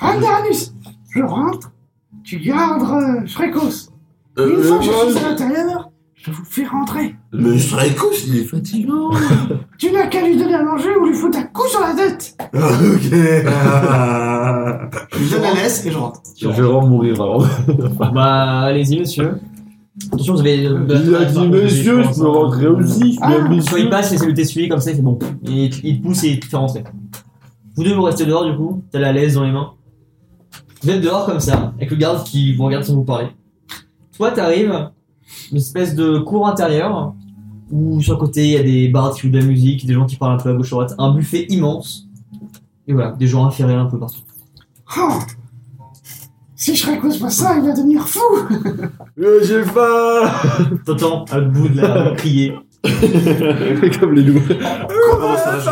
Randaranus Je rentre, tu gardes euh, Shrekos. Et une fois que je suis à l'intérieur, je vous fais rentrer.
Mais Shrek, il est fatigant.
Tu n'as qu'à lui donner à manger ou lui foutre un coup sur la tête
ok.
Je lui donne la laisse et je rentre.
Je vais vraiment mourir alors.
Bah, allez-y, messieurs. Attention, vous avez. euh,
Il a dit monsieur, je peux rentrer aussi. Je suis
Ah,
un
Soit il
monsieur.
passe, essaie de t'essuyer comme ça, il fait bon. Et il- il te pousse et il te fait rentrer. Vous deux, vous restez dehors du coup, t'as la laisse dans les mains. Vous êtes dehors comme ça, avec le garde qui vous regarde sans vous parler. Toi, t'arrives, une espèce de cour intérieure, où sur le côté, il y a des bars qui jouent de la musique, des gens qui parlent un peu à gauche à droite, un buffet immense. Et voilà, des gens inférieurs un peu partout.
Oh. Si Shrekos voit ça, il va devenir fou
Euh, J'ai faim.
T'entends à l'autre bout de la rue crier.
Comme les loups.
Comment ça va,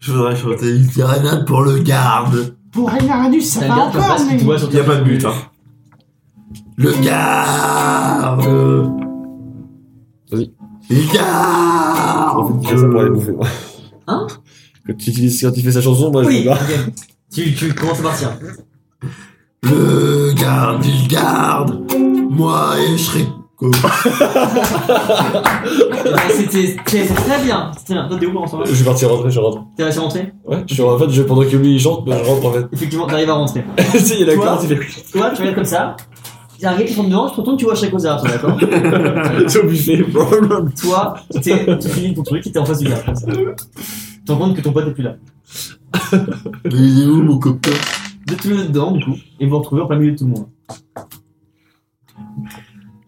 je, je voudrais chanter.
C'est une sérénade pour le garde.
Pour Randaranus, ça
T'as le
va
garde comme ça,
encore,
ce qu'il
mais...
te voit sur
Il y a
ta-
pas de but, hein.
Le garde.
Vas-y.
Le garde.
Ça pour les bouffer.
Hein
Quand tu, utilises- quand tu fais sa chanson, moi je
Oui,
me barre.
ok. Tu, tu commences à partir.
Le garde, il garde. Moi et Shrek.
Eh ben, C'était c'était- c'est très bien, c'est très bien. Toi, t'es où ensemble
Je vais partir rentrer, je rentre.
T'es resté rentré
Ouais, je suis en fait, je, pendant que lui il chante, bah, je rentre en fait.
Effectivement, t'arrives à rentrer.
tu sais, il y a la
Toi
carte, il fait
Toi, tu regardes comme ça. Il y a un gars qui tombe devant, tu te retournes, tu vois chaque toi, d'accord
c'est au buffet.
Toi, t'es- tu finis ton truc et t'es en face du gars, comme ça. Tu te rends compte que ton pote est plus là.
Mais il est où mon copain
Vous êtes tous les deux dedans, du coup, et vous vous retrouvez en plein milieu de tout le monde.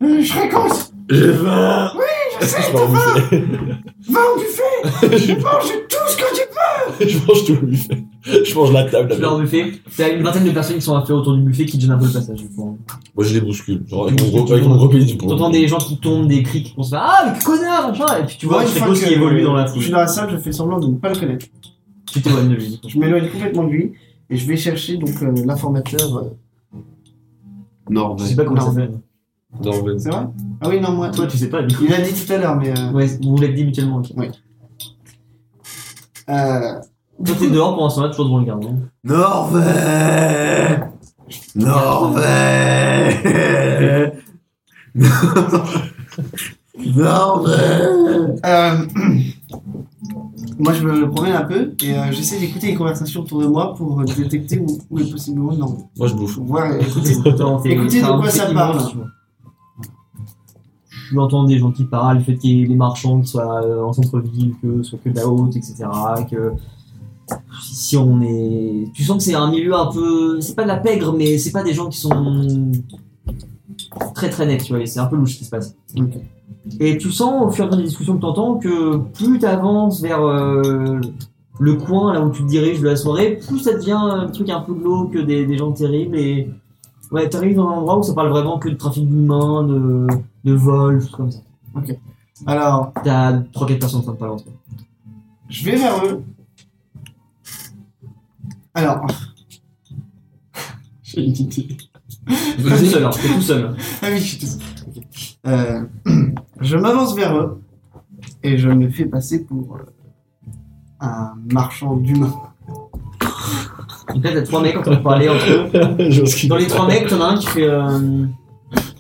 Euh, Shrekos,
J'ai faim.
je sais,
Je pars au buffet.
va au buffet et mange tout ce que tu
Je mange tout le buffet. Je mange la table
Tu vas
là
au buffet, t'as une vingtaine de personnes qui sont affaibles autour du buffet qui te gênent un peu le passage. du coup.
Moi je les bouscule. Genre
Tu
avec mon gros,
bouscules
avec
tout
mon
le
gros pénis du
T'entends des gens qui tombent, des cris qui vont se faire Ah, mais connard machin Et puis tu vois un Shrekos
euh,
qui évolue dans la
Je suis
foule.
dans la salle, je fais semblant de ne pas le connaître.
Tu t'éloignes de lui.
Je m'éloigne complètement de lui et je vais chercher donc euh, l'informateur. euh,
Non,
Je sais pas comment ça s'appelle.
Non, mais.
C'est vrai Ah oui, non, moi.
Toi, tu sais pas, du coup.
Il a dit tout à l'heure, mais. euh,
Ouais, vous vous l'êtes dit mutuellement. ok.
euh,
Toi, t'es dehors pendant ce temps-là, toujours devant le garde. hein.
Norvège Norvège Norvège
euh, moi, je me promène un peu et euh, j'essaie d'écouter les conversations autour de moi pour euh, détecter où, où est possiblement non.
Moi je bouffe.
Pour voir. euh, écouter. Écoutez
Écoutez
de quoi ça parle.
Je entends des gens qui parlent, le fait qu'il y ait les marchands qui soient euh, en centre-ville, que ce soit que de la haute, etc. Que si on est. Tu sens que c'est un milieu un peu. C'est pas de la pègre, mais c'est pas des gens qui sont. très très nets, tu vois. et C'est un peu louche ce qui se passe.
Ok.
Et tu sens, au fur et à mesure des discussions que t'entends, que plus t'avances vers euh, le coin, là où tu te diriges de la soirée, plus ça devient un truc un peu glauque, des, des gens terribles et. Ouais, t'arrives dans un endroit où ça parle vraiment que de trafic d'humains, de, de vol, choses comme ça.
Alors,
T'as 3-4 personnes en train de parler entre eux.
je vais vers eux. Alors. J'ai une idée.
Tout seul, hein, t'es tout seul.
Ah oui, je suis tout seul. Ok. Euh, je m'avance vers eux et je me fais passer pour euh, un marchand d'humains.
Donc là, t'as trois mecs en train de parler entre eux.
Je vois ce qu'il-
Dans les trois mecs, t'en as un qui fait. euh,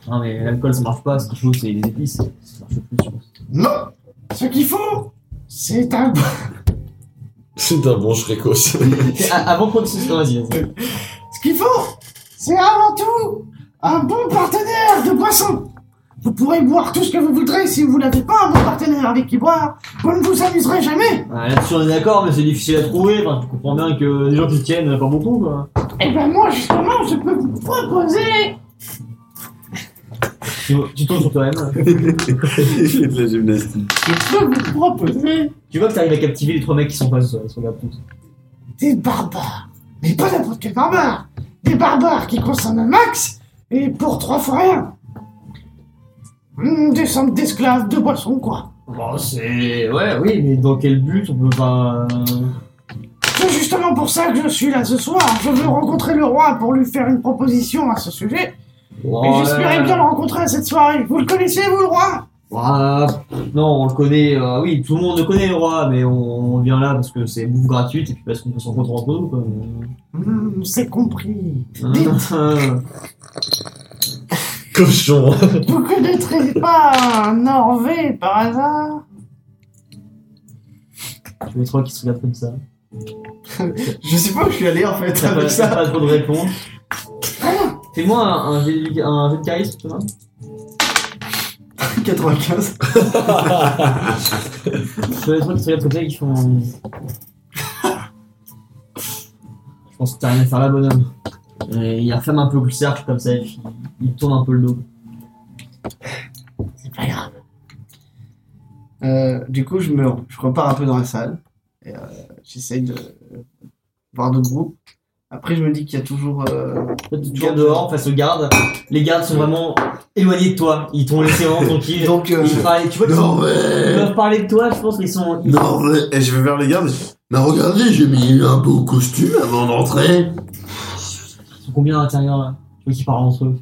Non, mais l'alcool ça marche pas, ce qu'il faut c'est les épices. Ça marche plus, je pense.
Non Ce qu'il faut, c'est un...
C'est un bon Shrekos.
C'est- a- ah, Avant qu'on se. Non, vas-y, vas-y.
Ce qu'il faut, c'est avant tout un bon partenaire de boisson. Vous pourrez boire tout ce que vous voudrez si vous n'avez pas un bon partenaire avec qui boire. Vous ne vous amuserez jamais.
Ah, Là-dessus, on est d'accord, mais c'est difficile à trouver. Enfin, tu comprends bien que les gens qui tiennent, pas beaucoup, quoi.
Et ben moi, justement, je peux vous proposer...
Tu, tu tombes sur toi-même.
Il fait de la gymnastique.
Je peux vous proposer
Tu vois que t'arrives à captiver les trois mecs qui sont face euh, sur la pousse.
des barbares. Mais pas n'importe quel barbare. Des barbares qui consomment un max et pour trois fois rien. Hmm, Des sommes d'esclaves, de boissons, quoi.
Bon, c'est. Ouais, oui, mais dans quel but on peut pas. euh,
C'est justement pour ça que je suis là ce soir. Je veux rencontrer le roi pour lui faire une proposition à ce sujet. Mais
Ouais.
j'espérais bien le rencontrer à cette soirée. Vous le connaissez, vous, le roi
Ah, pff, non, on le connaît, euh, oui, tout le monde le connaît, le roi, mais on, on vient là parce que c'est bouffe gratuite et puis parce qu'on peut se rencontrer entre nous, quoi.
Hmm, C'est compris. Dites,
Hein.
Cochon.
vous connaîtrez pas un Norvée par hasard
Tous les trois qui se regardent comme ça.
Je sais pas où je suis allé en fait
T'as pas, t'as pas trop de réponse. Ah Fais-moi un, un, jet de- un jet de charisme, Thomas.
95.
Tous les trois qui se regardent comme ça et qui font. Je pense que t'as rien à faire là, bonhomme. Et il referme un peu le cercle comme ça, et puis il tourne un peu le dos.
C'est pas grave. Euh, du coup, je me, je repars un peu dans la salle. Et, euh, J'essaye de voir d'autres groupes. Après, je me dis qu'il y a toujours. euh,
Toi, tu es toujours dehors, face aux gardes. Les gardes sont vraiment éloignés de toi. Ils t'ont laissé vraiment tranquille.
Donc, euh,
Ils parlent- tu vois qu'ils sont- ils
Norvège
doivent parler de toi, je pense qu'ils sont. ils-
Norvège
Et je vais vers les gardes.
Mais regardez, j'ai mis un beau costume avant d'entrer.
Ils sont combien à l'intérieur là Tu vois qu'ils parlent entre eux.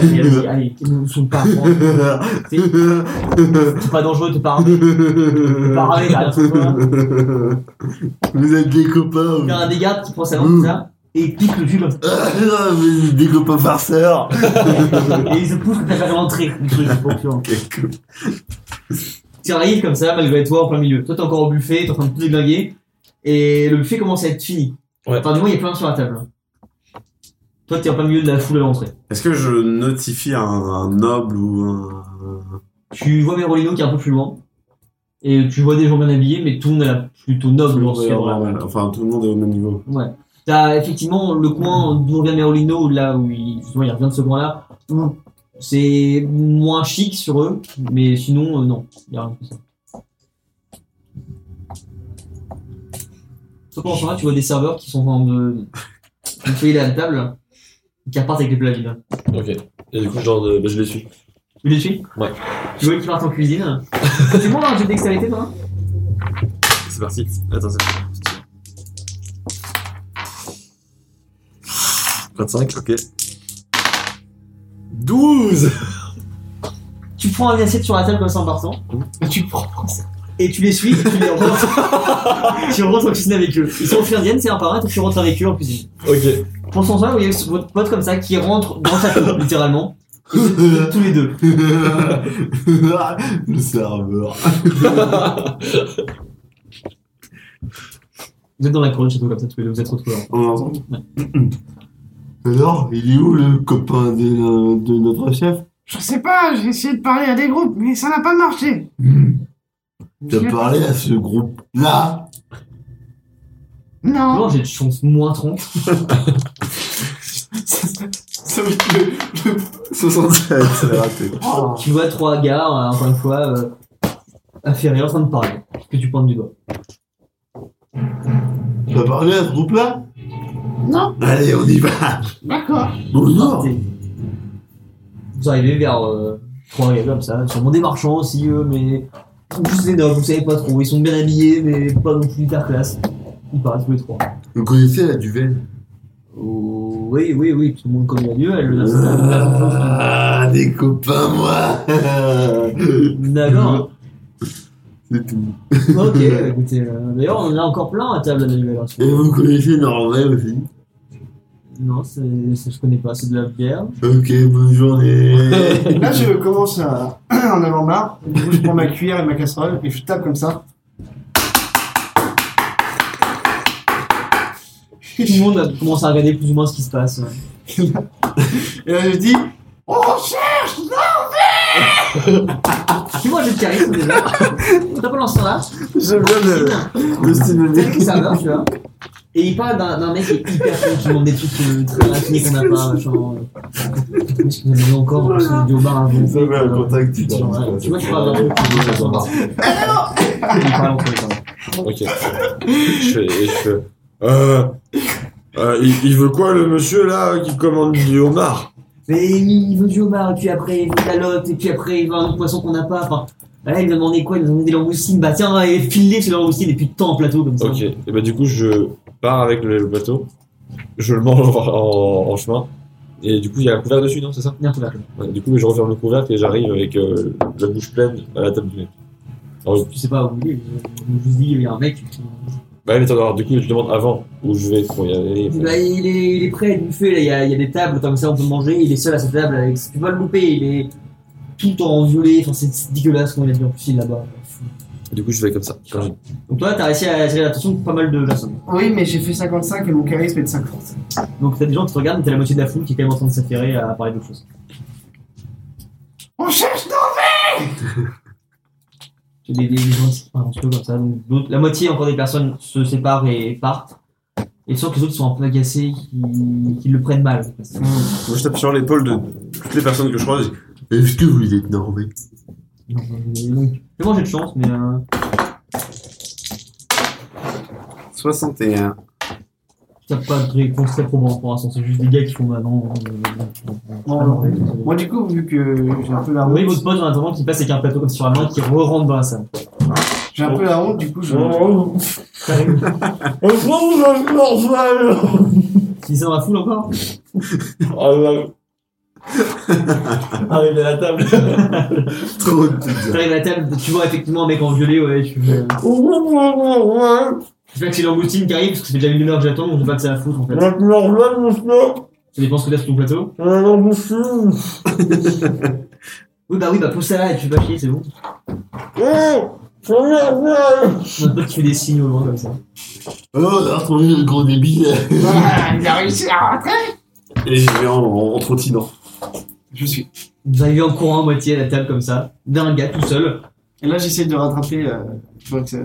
allez, allez, allez, nous sommes pas. francs. C'est pas dangereux, t'es pas armé. T'es pas armé derrière toi.
Vous êtes des copains.
Il y a
vous.
un des gardes qui prend sa langue comme ça et il pique le cul comme ça.
Ah, vous êtes des copains farceurs.
Et il se pousse que t'as pas rentré. Le truc, pour que tu rentres. Tu arrives comme ça, malgré toi, en plein milieu. Toi, t'es encore au buffet, t'es en train de tout déglinguer. Et le buffet commence à être fini.
Ouais.
Enfin, du moins, il y a plein sur la table. Toi, t'es en plein milieu de la foule à l'entrée.
Est-ce que je notifie un, un noble ou un.
Tu vois Merolino qui est un peu plus loin. Et tu vois des gens bien habillés, mais tout le monde est là, plutôt noble. dans ce
Ouais,
cadre-là.
normal. Enfin, tout le monde est au même niveau.
Ouais. T'as effectivement le coin d'où revient Merolino, là où il, justement, il revient de ce coin-là, où c'est moins chic sur eux, mais sinon, euh, non. Il y a rien de ça. Sauf qu'en ce moment, tu vois des serveurs qui sont en train de de feuiller la table, qui repartent avec les plats vides.
Ok. Et du coup, genre, de... bah, je les suis.
Tu les suis
Ouais.
Tu vois qu'ils partent en cuisine. c'est bon, hein, j'ai de dextérité, toi
C'est parti. Attends, c'est parti. 25, ok.
12
Tu prends un assiette sur la table comme ça en partant,
tu prends ça.
et tu les suis, et tu les rentres. tu rentres en cuisine avec eux. Ils sont fusiennes, c'est un par un, et tu rentres avec eux en cuisine.
Ok.
Pensons ça, vous voyez ce- votre pote comme ça qui rentre dans sa cour, littéralement. Et vous
Euh.
êtes tous les deux.
Le serveur.
Vous êtes dans la cour du château comme ça, tous les deux, vous êtes retrouvés.
On est ensemble
Alors, il est où le copain de, de notre chef
Je sais pas, j'ai essayé de parler à des groupes, mais ça n'a pas marché.
T'as
Je-
parlé à ce groupe-là
Non. Ah.
Non, j'ai de chance moins 30.
Ça veut dire
67, c'est raté.
Tu vois trois gars, euh, encore une fois, euh, affairés en train de parler, que tu pointes du doigt.
T'as parlé à ce groupe-là
Non.
Allez, on y va
D'accord.
Bonjour
Vous arrivez vers euh, trois gars comme ça, sûrement des marchands aussi, eux, mais tous des nobles, vous savez pas trop. Ils sont bien habillés, mais pas non plus hyper classe. Ils paraissent tous les trois.
Vous connaissez la Duvel Au
Oh, oui, oui, oui, tout le monde connaît Dieu, elle le Euh,
Ah, des copains, moi
D'accord.
C'est tout.
Ok, écoutez, euh, d'ailleurs, on en a encore plein à table hein, à Nouvelle
Et vous connaissez Norvège aussi
Non, c'est, ça, je connais pas, c'est de la bière.
Ok, bonne journée
Là, je commence à en avoir marre. Du coup, je prends ma cuillère et ma casserole et je tape comme ça.
Tout le monde a commencé à regarder plus ou moins ce qui se passe. ouais.
Et là, je dis On recherche
Dis-moi, j'ai de charisme déjà. T'as pas lancé là
J'aime bien le, le style de
C'est vrai que
musique.
c'est un homme, tu vois. Et il parle d'un d'un mec qui est hyper con, qui demande des trucs euh, très raffinés qu'on n'a pas, genre. euh, Qu'est-ce qu'on a demandé encore Parce qu'on est au bar avant.
Ça met un contact. tu
Genre,
vois.
ouais, Tu vois, tu parles d'un truc.
Je vais voir.
Il parle entre eux, pardon.
Ok. je fais. et je fais, Euh, euh, il, il veut quoi le monsieur là qui commande du homard
Mais il veut du homard, et puis après il veut de la lotte, et puis après il veut un autre poisson qu'on n'a pas. Enfin, là, il nous a demandé quoi Il nous a demandé des langoustines. Bah tiens, et filer sur les langoustines et puis tant en plateau comme ça.
Ok. Et bah du coup je pars avec le, le bateau, je le mange en, en- en chemin. Et du coup, il y a un couvert dessus, non C'est ça
Viens, on va.
Ouais, Du coup, je referme le couvercle et j'arrive avec euh, la bouche pleine à la table du mec. Alors,
Je sais pas où il est, je vous dis, il y a un mec.
Bah, mais attends, alors, du coup, je demande avant où je vais pour y aller.
Bah, il, est, il est prêt à être buffet, là. Il, y a, il y a des tables comme ça, on peut manger. Il est seul à sa table. Avec... Tu vas le louper, il est tout en violet. Enfin, c'est c'est dégueulasse quand il a bien plus là-bas.
Du coup, je vais comme ça. Quand je-
Donc, toi, t'as réussi à attirer l'attention de pas mal de personnes.
Oui, mais j'ai fait 55 et mon charisme est de 50.
Donc, t'as des gens qui te regardent, mais t'as la moitié de la foule qui est quand même en train de s'affairer à parler d'autre chose.
On cherche
J'ai des, des gens qui se parlent entre eux comme ça. Donc, d'autres- la moitié encore des personnes se séparent et partent. Et sauf que les autres sont un peu agacés, qui, qui le prennent mal.
Moi, je tape sur l'épaule de toutes les personnes que je croise.
Est-ce que vous êtes Norvège
Non, mais- donc, C'est bon, j'ai de chance, mais. euh,
61.
T'as pas de réponse très probante pour l'instant, c'est juste des gars qui font maintenant.
Non, non, Moi, du coup, vu que j'ai un peu la
Vous voyez votre
honte,
pote en attendant qui passe avec un plateau comme sur la main qui re-rentre dans la salle.
j'ai un peu la honte, du coup, je.
Oh, Qui est dans la foule encore
Arrive à la table.
Trop de pizza.
T'arrives à la table, tu vois effectivement un mec en violet, ouais, je suis. Je sais que c'est l'angoustine qui arrive parce que c'est déjà une heure que j'attends, donc je veux pas que ça la foutre en fait. Ça dépend ce que t'as sur ton plateau. Oui, bah oui, bah pousse ça là et tu vas chier, c'est bon. Notre pote qui fait des signes au loin comme ça.
Oh, on a retrouvé le gros débit.
Ah, il a réussi à rentrer
Et j'y vais en, en trottinant.
Je suis.
Vous arrivez en courant à moitié à la table comme ça, d'un gars tout seul.
Et là, j'essaie de rattraper. euh, je vois que. euh,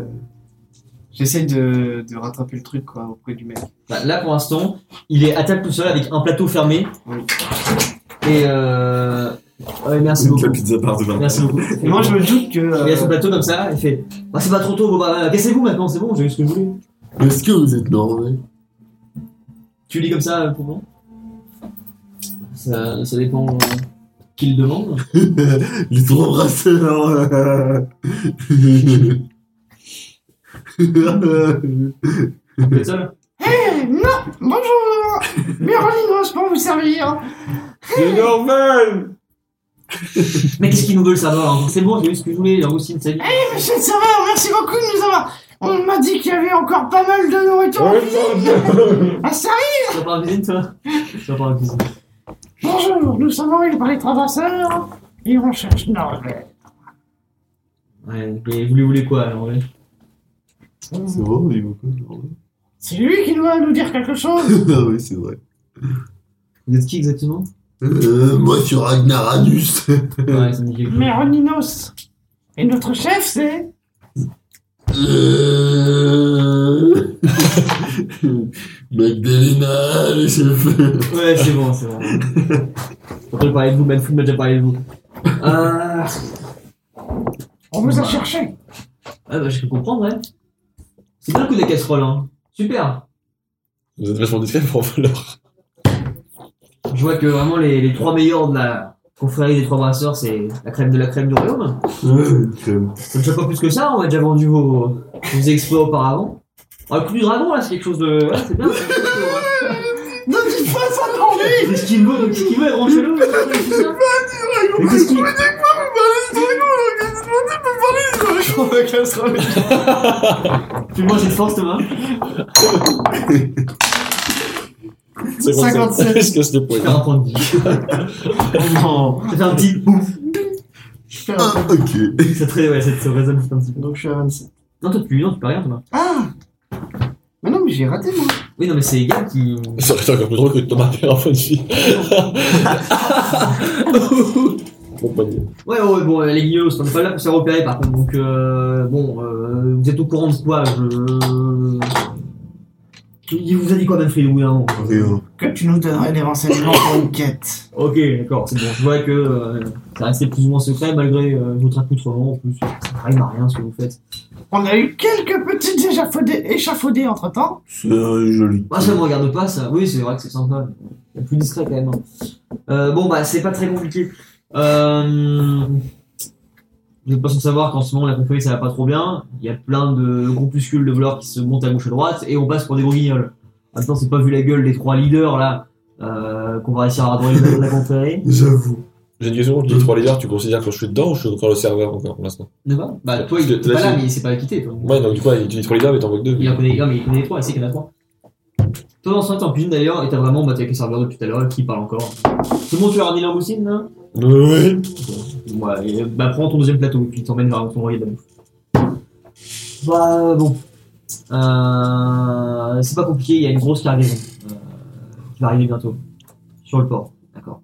J'essaie de, de rattraper le truc, quoi, auprès du mec.
Bah, là pour l'instant, il est à table tout seul avec un plateau fermé.
Oui.
Et euh... ouais, merci
C'est la
beaucoup.
pizza part de là.
Merci beaucoup.
Et moi, je me doute que.
Il est à son
euh,
plateau comme ça, il fait Bah, c'est pas trop tôt, bon, bah, cassez-vous maintenant, c'est bon, j'ai eu ce que je voulais.
Est-ce que vous êtes Norvège
Tu lis comme ça euh, pour moi ça, ça dépend euh, qui le demande. hein,
Les trois brasseurs.
Vous êtes seul
Eh, non Bonjour Murlinos pour vous servir hein
C'est normal
Mais qu'est-ce qu'il nous veut le savoir hein C'est bon, j'ai eu ce que je voulais, la routine, c'est bien.
Eh, Monsieur le serveur, merci beaucoup de nous avoir On m'a dit qu'il y avait encore pas mal de nourriture en cuisine Ah, sérieux
Tu vas pas en cuisine, toi Tu vas pas en cuisine.
Bonjour, nous sommes arrivés par les traverseurs et on cherche Norvège.
Ouais, mais vous lui voulez quoi alors ouais
C'est bon, il y a beaucoup de Norvège.
C'est lui qui doit nous dire quelque chose
Ah oui, c'est vrai.
Vous êtes qui exactement
Euh, moi, sur Ragnaranus.
Ouais, ça me dit quelque chose.
Méroninos Et notre chef, c'est...
Euh... Magdalena, le chef.
Ouais, c'est bon, c'est bon. Quand on parlait de vous, Manfood m'a déjà parlé de vous. Euh...
On vous a cherché
Ah bah, je peux comprendre, ouais. C'est bien le coup des casseroles, hein. Super.
Vous êtes vachement discret pour leur.
Je vois que vraiment les, les trois meilleurs de la confrérie des trois brasseurs, c'est la crème de la crème du royaume. C'est déjà pas plus que ça, on a déjà vendu vos, vos exploits auparavant. Ah, le coup du dragon, là, c'est quelque chose de... Ouais, c'est bien. c'est quelque chose de-
Ne dites pas ça,
C'est ce qu'il veut, donc ce qu'il veut, Rangelo. Mais qu'est-ce qu'il-
On va casser le-
Fais-moi j'ai de force, Thomas.
C'est bon,
57.
Est-ce que c'est
Je
le
vais
point
faire un point de vie.
Non.
Je vais faire un petit boum.
Je suis à-
Ok.
Ça te- ouais, ça te résonne un petit peu.
Donc je suis à 27.
Non, toi, tu, non, tu peux rien, Thomas.
Ah Mais non, mais j'ai raté moi.
Oui, non, mais c'est Yann qui.
Ça aurait été encore plus drôle que Thomas perd un point de vie. Bon, pas de-
Ouais, ouais, bon, euh, les guignols, on n'est pas là pour se faire repérer par contre. Donc, euh, bon, euh, vous êtes au courant de quoi Je. euh, Il vous a dit quoi, Manfred Oui, non.
Rien.
Que tu nous donnerais des renseignements pour une quête.
Ok, d'accord, c'est bon. Je vois que euh, ça restait plus ou moins secret malgré euh, votre accoutrement en plus. Ça n'arrive à rien ce que vous faites.
On a eu quelques petites échafaudées, échafaudées entre temps.
C'est euh, joli.
Ah, ça me regarde pas, ça. Oui, c'est vrai que c'est sympa. mais C'est plus discret quand même. hein. Euh, bon, bah, c'est pas très compliqué. Euh... Vous êtes pas sans savoir qu'en ce moment, la confrérie, ça va pas trop bien. Il y a plein de groupuscules de voleurs qui se montent à gauche à droite et on passe pour des gros guignols. Maintenant, c'est pas vu la gueule des trois leaders là euh, qu'on va réussir à radorer le nom de la confrérie.
J'avoue.
J'ai une question, les trois leaders, tu considères que je suis dedans ou je suis encore le serveur encore pour l'instant
Ne va Bah, toi, il
Je
est
te
pas là,
laisse-
mais il s'est pas quitté, toi.
Ouais, donc du coup, tu dis trois leaders, mais t'en vois que deux.
Il en connaît, non, mais il connaît les trois, il sait qu'il y en a trois. Toi, dans ce moment, t'es en cuisine d'ailleurs, et t'as vraiment battu avec le serveur depuis tout à l'heure qui parle encore. C'est bon, tu as ramené l'emboussine, là
Oui.
Ouais, et, bah prends ton deuxième plateau, puis t'emmène vers ton oreiller de la bouffe. Bah bon. Euh, c'est pas compliqué, il y a une grosse cargaison euh, qui va arriver bientôt. Sur le port, d'accord.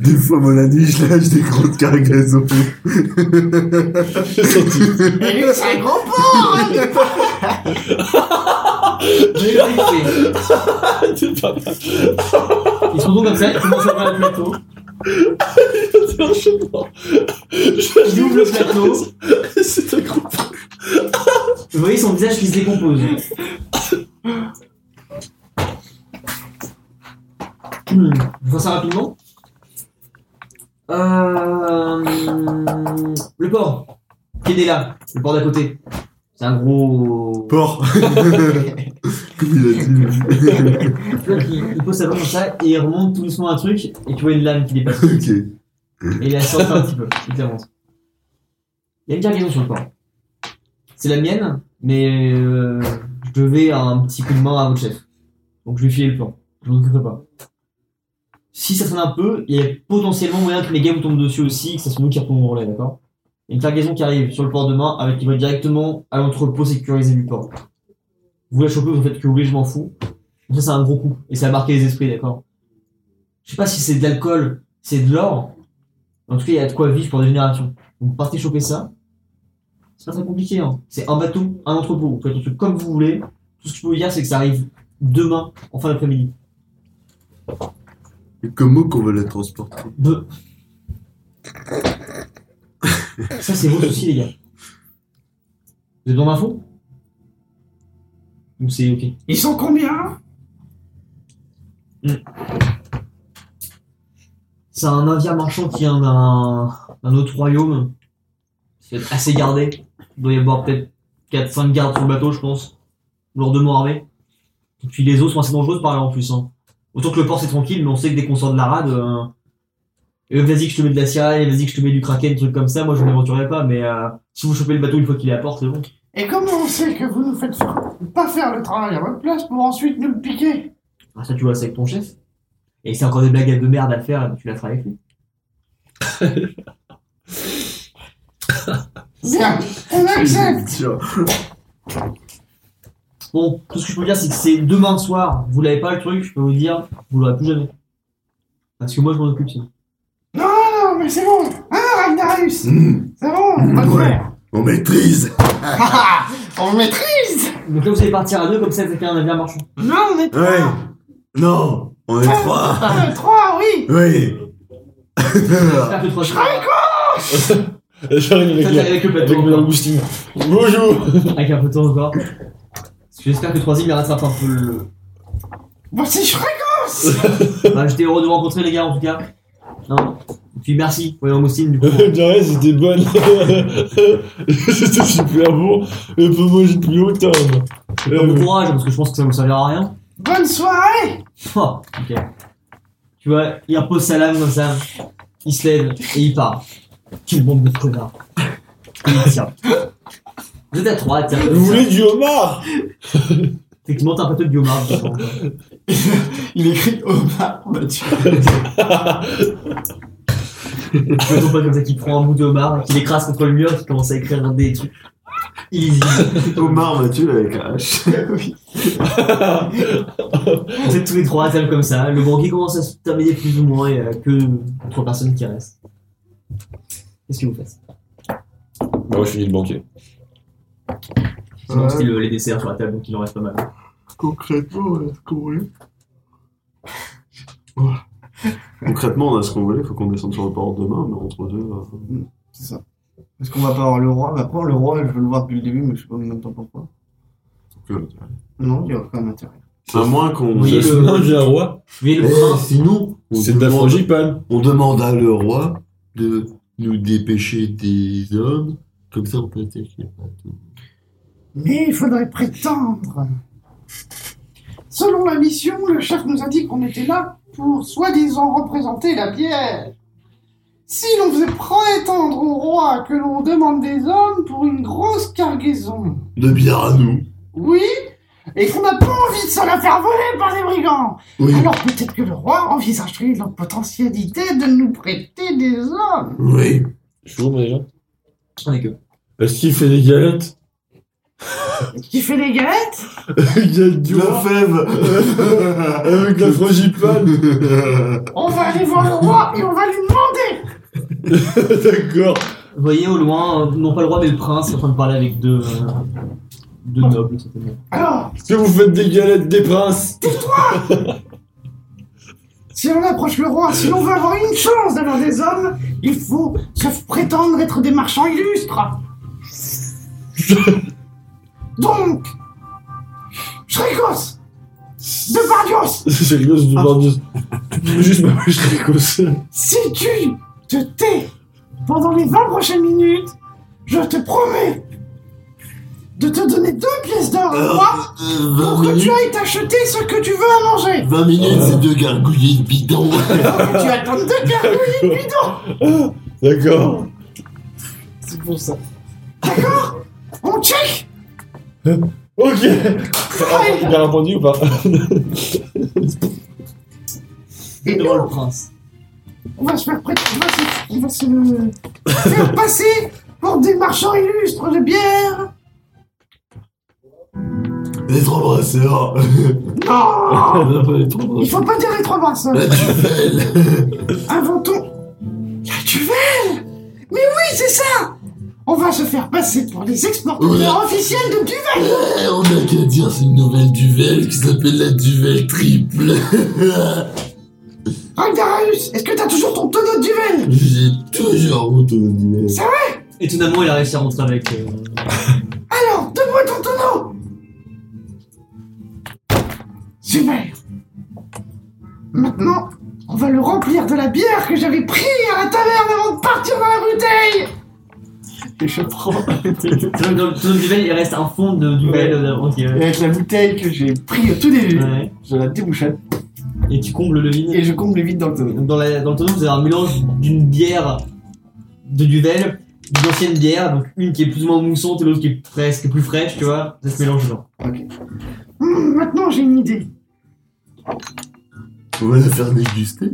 Des fois, mon ami, je lâche des grandes cargaisons.
Et lui, c'est un gros pot
Oh,
Ils
C'est pas mal.
se retrouvent comme ça, ils commencent à ouvrir le plateau. Ils ouvrent le plateau,
C'est un gros.
vous voyez son visage qui se décompose. Hmm, Je vois ça rapidement. Euh, le port, qui est né là, le port d'à côté. C'est un gros.
Port. Comme il a dit.
Tu vois qu'il- il pose sa main comme ça et il remonte tout doucement un truc et tu vois une lame qui dépasse. Et
ok.
il la sort un petit peu, il avance. Il y a une cargaison sur le port. C'est la mienne, mais euh, je devais un petit coup de main à votre chef. Donc je lui filais le plan. Je m'en occuperai pas. Si ça traîne un peu, il y a potentiellement moyen que mes gars vous tombent dessus aussi et que ça soit nous qui retournons au relais, d'accord Il y a une cargaison qui arrive sur le port demain avec qui va directement à l'entrepôt sécurisé du port. Vous la chopez, vous faites que oui, je m'en fous. Donc ça, c'est un gros coup. Et ça a marqué les esprits, d'accord Je sais pas si c'est de l'alcool, c'est de l'or. En tout cas, il y a de quoi vivre pour des générations. Donc partez choper ça. C'est pas très compliqué, hein. C'est un bateau, un entrepôt. Vous faites un truc comme vous voulez. Tout ce que je peux vous dire, c'est que ça arrive demain, en fin d'après-midi.
Et comment qu'on va la transporter
Deux. Ça, c'est vos soucis, les gars. Vous avez besoin d'infos Ou c'est ok
Ils sont combien
C'est un indien marchand qui vient d'un d'un autre royaume. C'est assez gardé. Il doit y avoir peut-être 4-5 gardes sur le bateau, je pense. Lourdement armés. Et puis les eaux sont assez dangereuses par là en plus. hein. Autant que le port c'est tranquille, mais on sait que dès qu'on sort de la rade, euh, euh, vas-y que je te mets de la sirène, vas-y que je te mets du kraken, des trucs comme ça, moi je m'aventurerai pas, mais euh, si vous chopez le bateau une fois qu'il est à port, c'est bon.
Et comment on sait que vous nous faites faire- pas faire le travail à votre place pour ensuite nous le piquer
Ah, ça tu vois, c'est avec ton chef. Et c'est encore des blagues de merde à faire, tu la feras avec lui.
Bien, on accepte
Tiens.
Bon, tout ce que je peux vous dire, c'est que c'est demain soir, vous l'avez pas le truc, je peux vous dire, vous l'aurez plus jamais. Parce que moi, je m'en occupe sinon.
Non, mais c'est bon Ah, Ragnarus
Mmh,
C'est bon, on va le
Ouais.
faire
on maîtrise
Ah, ah, On le maîtrise
Donc là, vous allez partir à deux, comme ça, vous êtes un navire marchand.
Non, on est trois
Ouais Non On est trois
Ah, Trois, oui
Oui
J'espère que trois
J'arrive avec,
Ça,
la-
t'arrives avec le plateau
avec mes
encore.
langoustines. Bonjour
Avec un photo encore. Parce que J'espère que troisième, il rattrape un peu le.
Voici Shrek
Bah, j'étais heureux de vous rencontrer, les gars, en tout cas. Non. Et puis merci pour les langoustines, du coup.
Dirais, c'était bonne. c'était super bon. Et pour moi, j'ai plus autant.
Bon courage, parce que je pense que ça vous servira à rien.
Bonne soirée
Oh, ok. Tu vois, il repose sa lame comme ça, il se lève et il part. Quelle bombe de connard. Et il tient. Vous êtes à trois, tiens.
Vous voulez du homard
Effectivement, t'as un peu de biomar. dedans.
Il écrit Omar Mathieu.
Je ne pas comme ça qu'il prend un bout de homard, qu'il écrase contre le mur, qu'il commence à écrire des trucs. Easy.
Omar Mathieu avec un H.
Vous êtes tous les trois à table comme ça. Le banquier commence à se terminer plus ou moins et euh, que trois personnes qui restent. Qu'est-ce que vous faites
Bah, moi, je finis le banquet.
Sinon,
Ouais.
c'était le- les desserts sur la table, donc il en reste pas mal.
Concrètement, est-ce qu'on voulait
Concrètement, on a ce qu'on voulait, faut qu'on descende sur le port demain, mais entre deux. euh,
C'est ça. Parce qu'on va pas avoir le roi. Bah, prends le roi, je veux le voir depuis le début, mais je sais pas même pas pourquoi.
que-
Non, il y a aucun intérêt.
À moins qu'on. Eh,
Oui, le-
Non, j'ai un roi.
Vous voyez le
Euh.
prince
Sinon,
on
C'est de la
demande-
frangipane.
on demanda le roi de nous dépêcher des hommes. Comme ça, on peut attaquer.
Mais il faudrait prétendre. Selon la mission, le chef nous a dit qu'on était là pour soi-disant représenter la pierre. Si l'on faisait prétendre au roi que l'on demande des hommes pour une grosse cargaison,
De bière à nous.
oui, et qu'on n'a pas envie de se la faire voler par des brigands,
Oui.
alors peut-être que le roi envisagerait la potentialité de nous prêter des hommes.
Oui.
Je suis où, moi, déjà
On est que.
Est-ce qu'il fait des galettes
Qui fait des galettes
Galette du
La
roi
fève
Avec la frangipane
On va aller voir le roi et on va lui demander
D'accord
Vous voyez au loin, euh, non pas le roi, mais le prince qui est en train de parler avec deux, euh, deux nobles, certainement.
Alors,
Est-ce que vous faites des galettes des princes
si on approche le roi, si l'on veut avoir une chance d'avoir des hommes, il faut se prétendre être des marchands illustres. Donc, Shrikos, Depardios,
C'est rigolo, c'est du bardius. Tu peux juste m'appeler Shrikos.
si tu te tais pendant les 20 prochaines minutes, je te promets de te donner deux pièces d'or au roi
Euh, 20
pour que tu
minutes.
ailles t'acheter ce que tu veux à manger.
20 minutes, c'est deux gargouillis de bidon.
tu attends deux cartouilles et puis donc,
D'accord.
C'est pour ça. D'accord On check
Ok Il y a un point de vue ou pas
Et
Devant
nous,
le prince.
on va se faire prêter. On va se, on va se faire passer pour des marchands illustres de bière
Les trois brasseurs.
Non
On a pas les trois
Il
brasseurs.
faut pas dire les trois hein. brasseurs
La Duvel.
Inventons la Duvel Mais oui, c'est ça On va se faire passer pour les exportateurs officiels de Duvel
Eh, on a qu'à dire, c'est une nouvelle duvel qui s'appelle la duvel triple.
Ragdarus, est-ce que t'as toujours ton tonneau de Duvel
J'ai toujours honte aux duvel.
Étonnamment, il a réussi à rentrer avec. euh,
Alors, donne-moi ton tonneau Super Maintenant, on va le remplir de la bière que j'avais pris à la taverne avant de partir dans la bouteille
Et je prends.
dans le- dans le duvel, il reste un fond de duvel euh, entier.
Et avec la bouteille que j'ai pris au tout début,
Ouais.
je la débouchade
Et tu combles le vide.
et je comble le vide dans le tonneau.
Donc, Dans, la- dans le tonneau, vous avez un mélange d'une bière de Duvel, d'une ancienne bière, donc une qui est plus ou moins moussante et l'autre qui est presque plus fraîche, tu vois. Ça se mélange dedans.
Hmm, Maintenant, j'ai une idée.
On va la faire déguster.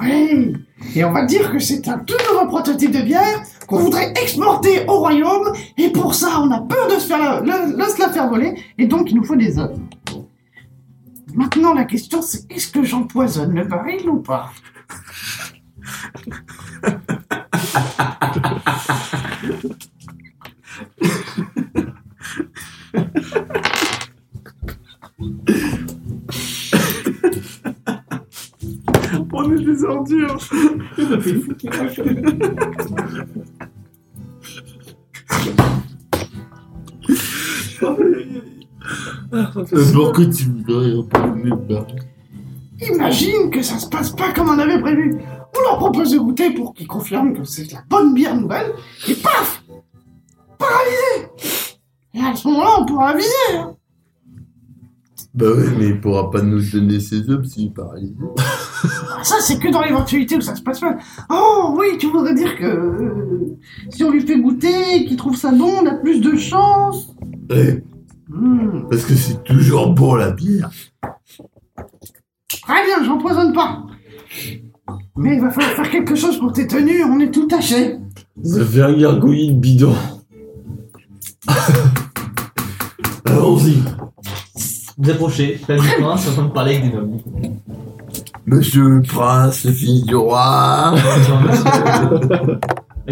Oui Et on va dire que c'est un tout nouveau prototype de bière qu'on voudrait exporter au royaume, et pour ça, on a peur de se, faire la, la- la- se la faire voler, et donc il nous faut des hommes. Maintenant, la question, c'est est-ce que j'empoisonne le baril ou pas
On est des ordures
Euh, Pourquoi tu me fais un peu de
Imagine que ça se passe pas comme on avait prévu. On leur propose de goûter pour qu'ils confirment que c'est de la bonne bière nouvelle, et paf Paralysé Et à ce moment-là, on pourra aviser hein.
Bah ouais, mais il pourra pas nous donner ses hommes s'il est paralysé.
Ça, c'est que dans l'éventualité où ça se passe mal. Oh, oui, tu voudrais dire que euh, si on lui fait goûter et qu'il trouve ça bon, on a plus de chance.
Ouais,
Hmm.
parce que c'est toujours bon la bière.
Très bien, j'empoisonne pas. Mais il va falloir faire quelque chose pour tes tenues, on est tout tachés.
Ça fait un gargouille bidon.
Allons-y.
Vous approchez, famille prince, en train de parler avec des hommes.
Monsieur le prince, fils du roi,
À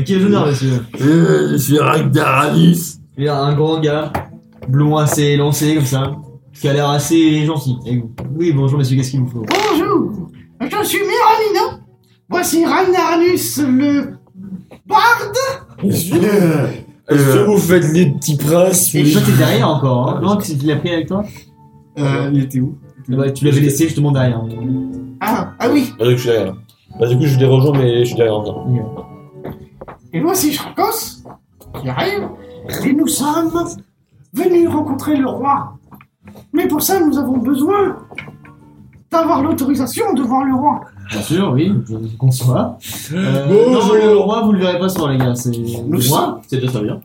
qui est l'honneur, monsieur
euh, je suis Ragdaranis.
Il y a un grand gars, blond assez élancé, comme ça, qui a l'air assez gentil. avec vous. Oui, bonjour, monsieur, qu'est-ce qu'il vous faut
Bonjour, je suis Miranino. Voici Ragnaranus le euh, barde.
Est-ce que vous faites les petits princes
Et
oui
toi, t'es derrière encore, hein Non, qu'est-ce qu'il a pris avec toi
Euh, il était où
Ah bah, Tu l'avais laissé justement derrière.
Ah, ah oui,
Ah, donc, je suis derrière. Bah, du coup, je les rejoins, mais je suis derrière encore.
et voici Chrakos qui arrive. Et nous sommes venus rencontrer le roi. Mais pour ça, nous avons besoin d'avoir l'autorisation de voir le roi.
Bien sûr, oui, je conçois. Euh, non,
Bonjour.
le roi, vous le verrez pas souvent, les gars. C'est moi,
sommes-
c'est déjà très bien.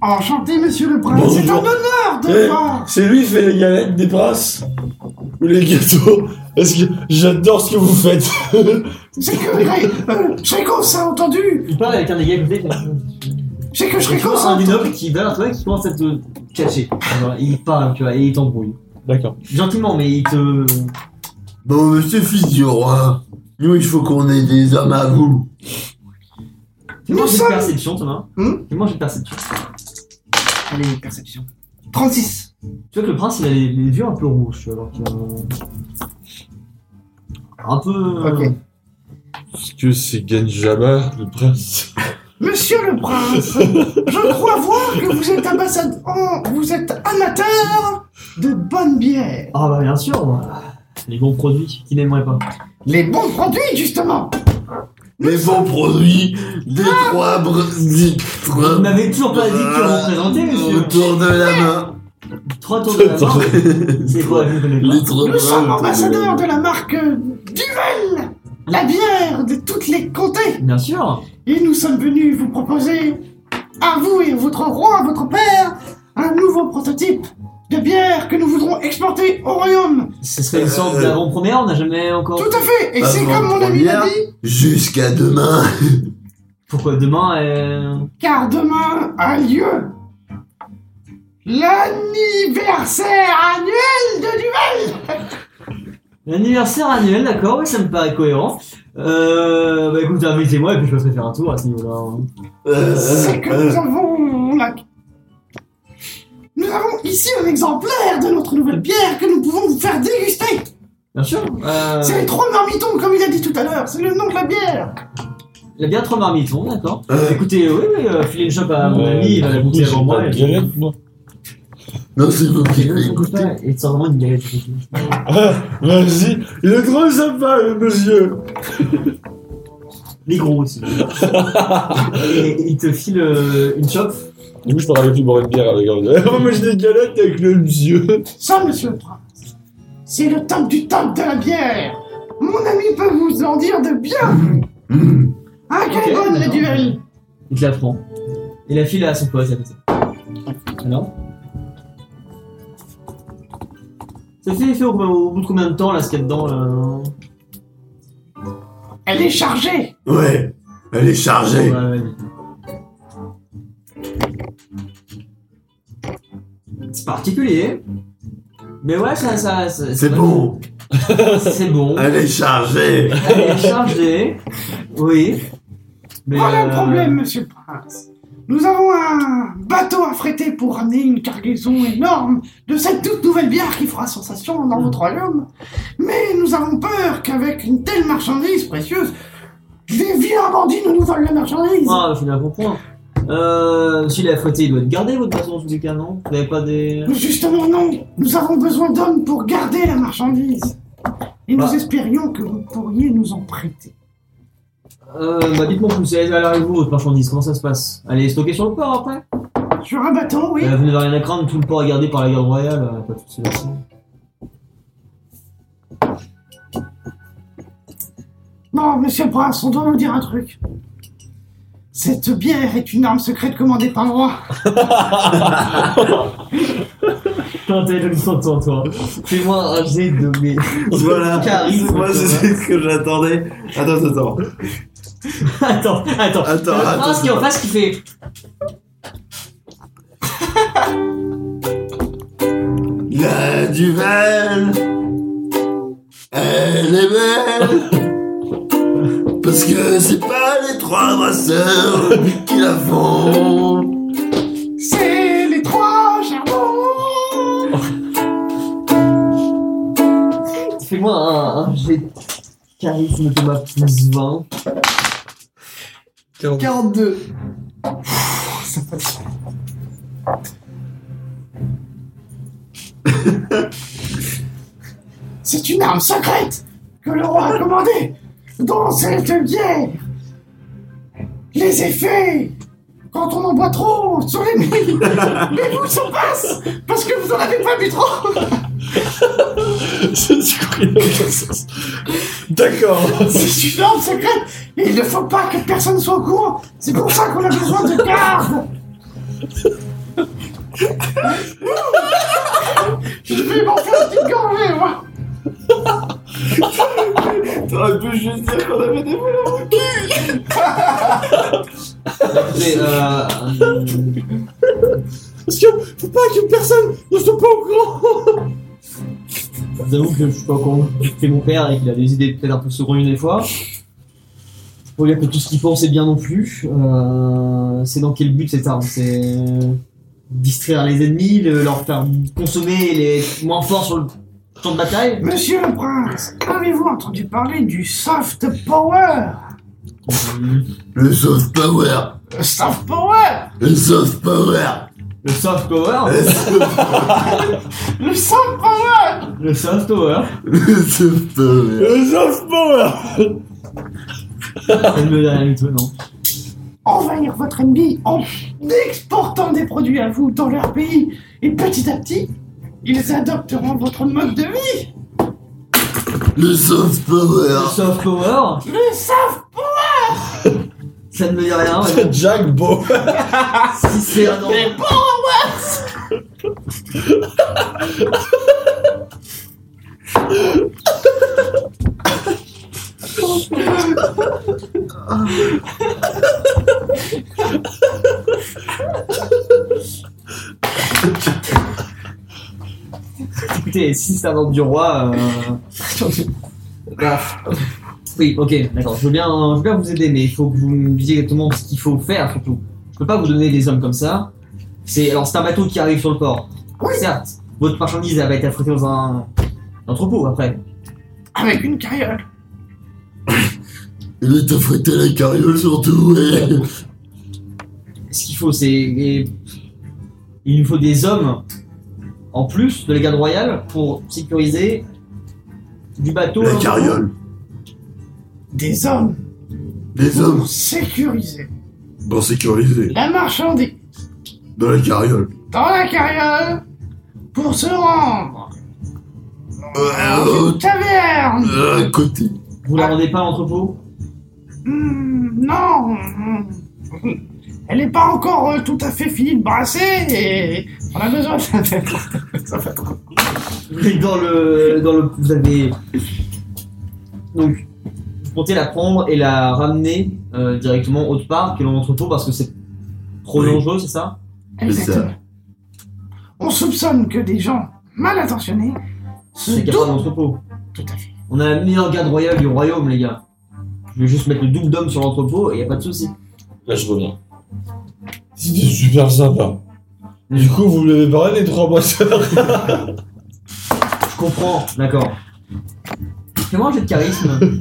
Enchanté, monsieur le prince. C'est un
Bonjour.
honneur
Eh.
de voir.
C'est lui qui fait les galettes des princes Ou les gâteaux Parce que j'adore ce que vous faites.
C'est que euh, Chrakos a entendu.
Il parle avec un des gars, vous
C'est que
Tu
Chrakos
vois
a
un des
entendu.
nobles qui va vers toi et qui commence à te cacher. Genre, il parle, tu vois, et il t'embrouille.
D'accord.
Gentiment, mais il te.
Bon, monsieur fils du roi, nous il faut qu'on ait des hommes à vous.
Fais-moi
Nous
j'ai de
sommes-
perception, Thomas.
Hmm
Fais-moi j'ai de perception.
Allez, perception. 36.
Tu vois que le prince, il a les, les yeux un peu rouges, tu vois, alors qu'il a. Un peu. euh,
Ok.
Parce que c'est Ganjama, le prince.
Monsieur le prince, je crois voir que vous êtes ambassade... oh, vous êtes amateur de bonne bière.
Ah bah bien sûr, moi. Les bons produits qu'il n'aimerait pas.
Les bons produits, justement.
Les bons produits des trois br- des trois-
Vous m'avez toujours pas dit que vous représentez, monsieur.
Autour Euh, de la main.
Trois tours de la main. C'est quoi, je ne connais pas.
Les trois
Nous sommes
bras autour de la
ambassadeurs
main.
de la marque Duvel, la bière de toutes les comtés.
Bien sûr.
Et nous sommes venus vous proposer, à vous et à votre roi, à votre père, un nouveau prototype de bière que nous voudrons exporter au royaume.
Ce serait une sorte
Euh,
d'avant-première, on n'a jamais encore.
Tout à fait. Et c'est comme mon ami l'a dit.
Jusqu'à demain.
Pourquoi demain euh...
car demain a lieu l'anniversaire annuel de Duval.
L'anniversaire annuel, d'accord, oui, ça me paraît cohérent. Euh, bah écoute, invitez-moi et puis je passerai faire un tour à ce niveau-là. hein.
Euh,
C'est que
euh,
nous avons la- Nous avons ici un exemplaire de notre nouvelle bière que nous pouvons vous faire déguster.
Bien sûr. Euh,
C'est les trois marmitons, comme il a dit tout à l'heure. C'est le nom de la bière.
la bière trois marmitons, d'accord.
Euh.
Écoutez, oui, oui, euh, filez une chope à mon
Euh,
ami, il va la goûter
j'ai
avant moi.
pas
et-
de galette, moi.
Non, c'est vous qui
Je
l'avez
trouve
écouté.
pas, Et c'est vraiment une galette.
Ah, vas-y. Il est trop sympa, le monsieur.
Les gros aussi. et il te file euh, une chope.
Du coup, je parlais plus boire une bière avec un Moi, Oh, j'ai des galettes avec le monsieur.
Ça, monsieur le prince, c'est le top du top de la bière. Mon ami peut vous en dire de bien.
Mmh.
Ah, quelle
Ok,
bonne la
d'accord.
Duvel.
Il te la prend. Et la file à son pote à côté. Alors Ça fait, fait au, au bout de combien de temps là hein ce qu'il y a dedans là
Elle est chargée.
Ouais, elle est chargée.
Ouais, ouais, ouais. C'est particulier. Mais ouais, ça. ça, ça-
C'est
ça-
bon,
C'est bon.
elle est chargée.
Elle est chargée. Oui. Mais,
Voilà Oh, le
euh,
problème, monsieur le prince. Nous avons un bateau à fréter pour ramener une cargaison énorme de cette toute nouvelle bière qui fera sensation dans votre royaume. Mais nous avons peur qu'avec une telle marchandise précieuse, des vilains bandits nous, nous volent la marchandise.
Ah, je suis un bon point. Euh, S'il est fouetté, il doit être gardé votre façon, je vous dis qu'un non Vous n'avez pas des.
Mais Justement, non. Nous avons besoin d'hommes pour garder la marchandise. Et nous
Bah.
espérions que vous pourriez nous en prêter.
Euh, bah dites-moi, vous savez, alors vous, votre marchandise, comment ça se passe Elle est stockée sur le port après
Sur un bateau, oui.
Euh, Vous n'avez rien à craindre, tout le port est gardé par la garde royale, euh, pas de soucis là-dessus.
Non, monsieur Brass, on doit nous dire un truc. Cette bière est une arme secrète commandée par le roi.
Putain, t'es le sang, toi, toi. Fais-moi un jet de mes.
Voilà.
Charisme.
Moi, c'est ce que j'attendais. Attends, attends.
Attends, attends.
Attends,
Le
attends,
prince qui est en face qui fait.
La Duvel, elle est belle. Parce que c'est pas les trois brasseurs qui la font.
C'est les trois charbons.
Fais-moi un, un jet de charisme de ma plus 20.
42. C'est une arme secrète que le roi a commandée dans cette bière. Les effets, quand on en boit trop, sont les nuits. Mais vous s'en passe parce que vous en avez pas bu trop.
C'est du coup, il n'a aucun sens. D'accord.
C'est une arme secrète et il ne faut pas que personne soit au courant. C'est pour ça qu'on a besoin de garde. Je vais m'en faire une petite gorgée, moi.
T'aurais pu juste dire qu'on avait des voleurs.
Écoutez, euh, euh,
Parce que faut pas que personne ne soit pas au courant.
je vous avoue que je suis pas con. C'est mon père et qu'il a des idées peut-être un peu secondes des fois. Faut dire que tout ce qu'il pense est bien non plus. Euh, c'est dans quel but cette arme C'est euh, distraire les ennemis, le- leur faire consommer les moins forts sur le champ de bataille
Monsieur le prince, avez-vous entendu parler du soft power
Le soft power,
Le Soft power
le soft power.
Le soft power
Le soft power
Le soft power
Le soft power.
Le soft power.
Elle me dit rien du tout, non.
Envahir votre ennemi en exportant des produits à vous dans leur pays et petit à petit, ils adopteront votre mode de vie.
Le soft
Le
power.
soft power
Le soft
Ça ne me dit rien. mais bon.
Jack Bauer.
Si c'est un enfant. Écoutez, si c'est un ordre du roi. euh, bah, Oui, ok, d'accord. Je, veux bien- je veux bien vous aider, mais il faut que vous me disiez exactement ce qu'il faut faire, surtout. Je peux pas vous donner des hommes comme ça. C'est alors c'est un bateau qui arrive sur le port. Certes, votre marchandise elle va être affrétée dans un entrepôt après.
Avec une carriole.
Il est affrété la carriole surtout, ouais.
Ce qu'il faut, c'est et- il nous faut des hommes en plus de la garde royale pour sécuriser du bateau.
La carriole.
Des hommes
Les hommes
sécurisés.
bon sécurisés
La marchandise
dans la carriole.
dans la carriole pour se rendre à
Euh,
une taverne.
euh, à côté.
Vous la rendez pas à l'entrepôt
Hmm, non. hmm. Elle n'est pas encore euh, tout à fait finie de brasser et on a besoin de la faire. Ça va trop.
Vous êtes dans le dans le vous avez donc vous comptez la prendre et la ramener euh, directement autre part que dans l'entrepôt parce que c'est trop
Oui.
dangereux, c'est ça
Exactement.
ça.
On soupçonne que des gens mal intentionnés se
C'est qu'il n'y a pas
donnent.
d'entrepôt.
Tout à fait.
On a la meilleure garde royale du royaume, les gars. Je vais juste mettre le double d'homme sur l'entrepôt et y a pas de souci.
Là, je reviens. C'était super sympa. Du coup, vous l'avez parlé, les trois boisseurs
Je comprends, d'accord. Fais-moi un jet de charisme. Fais-moi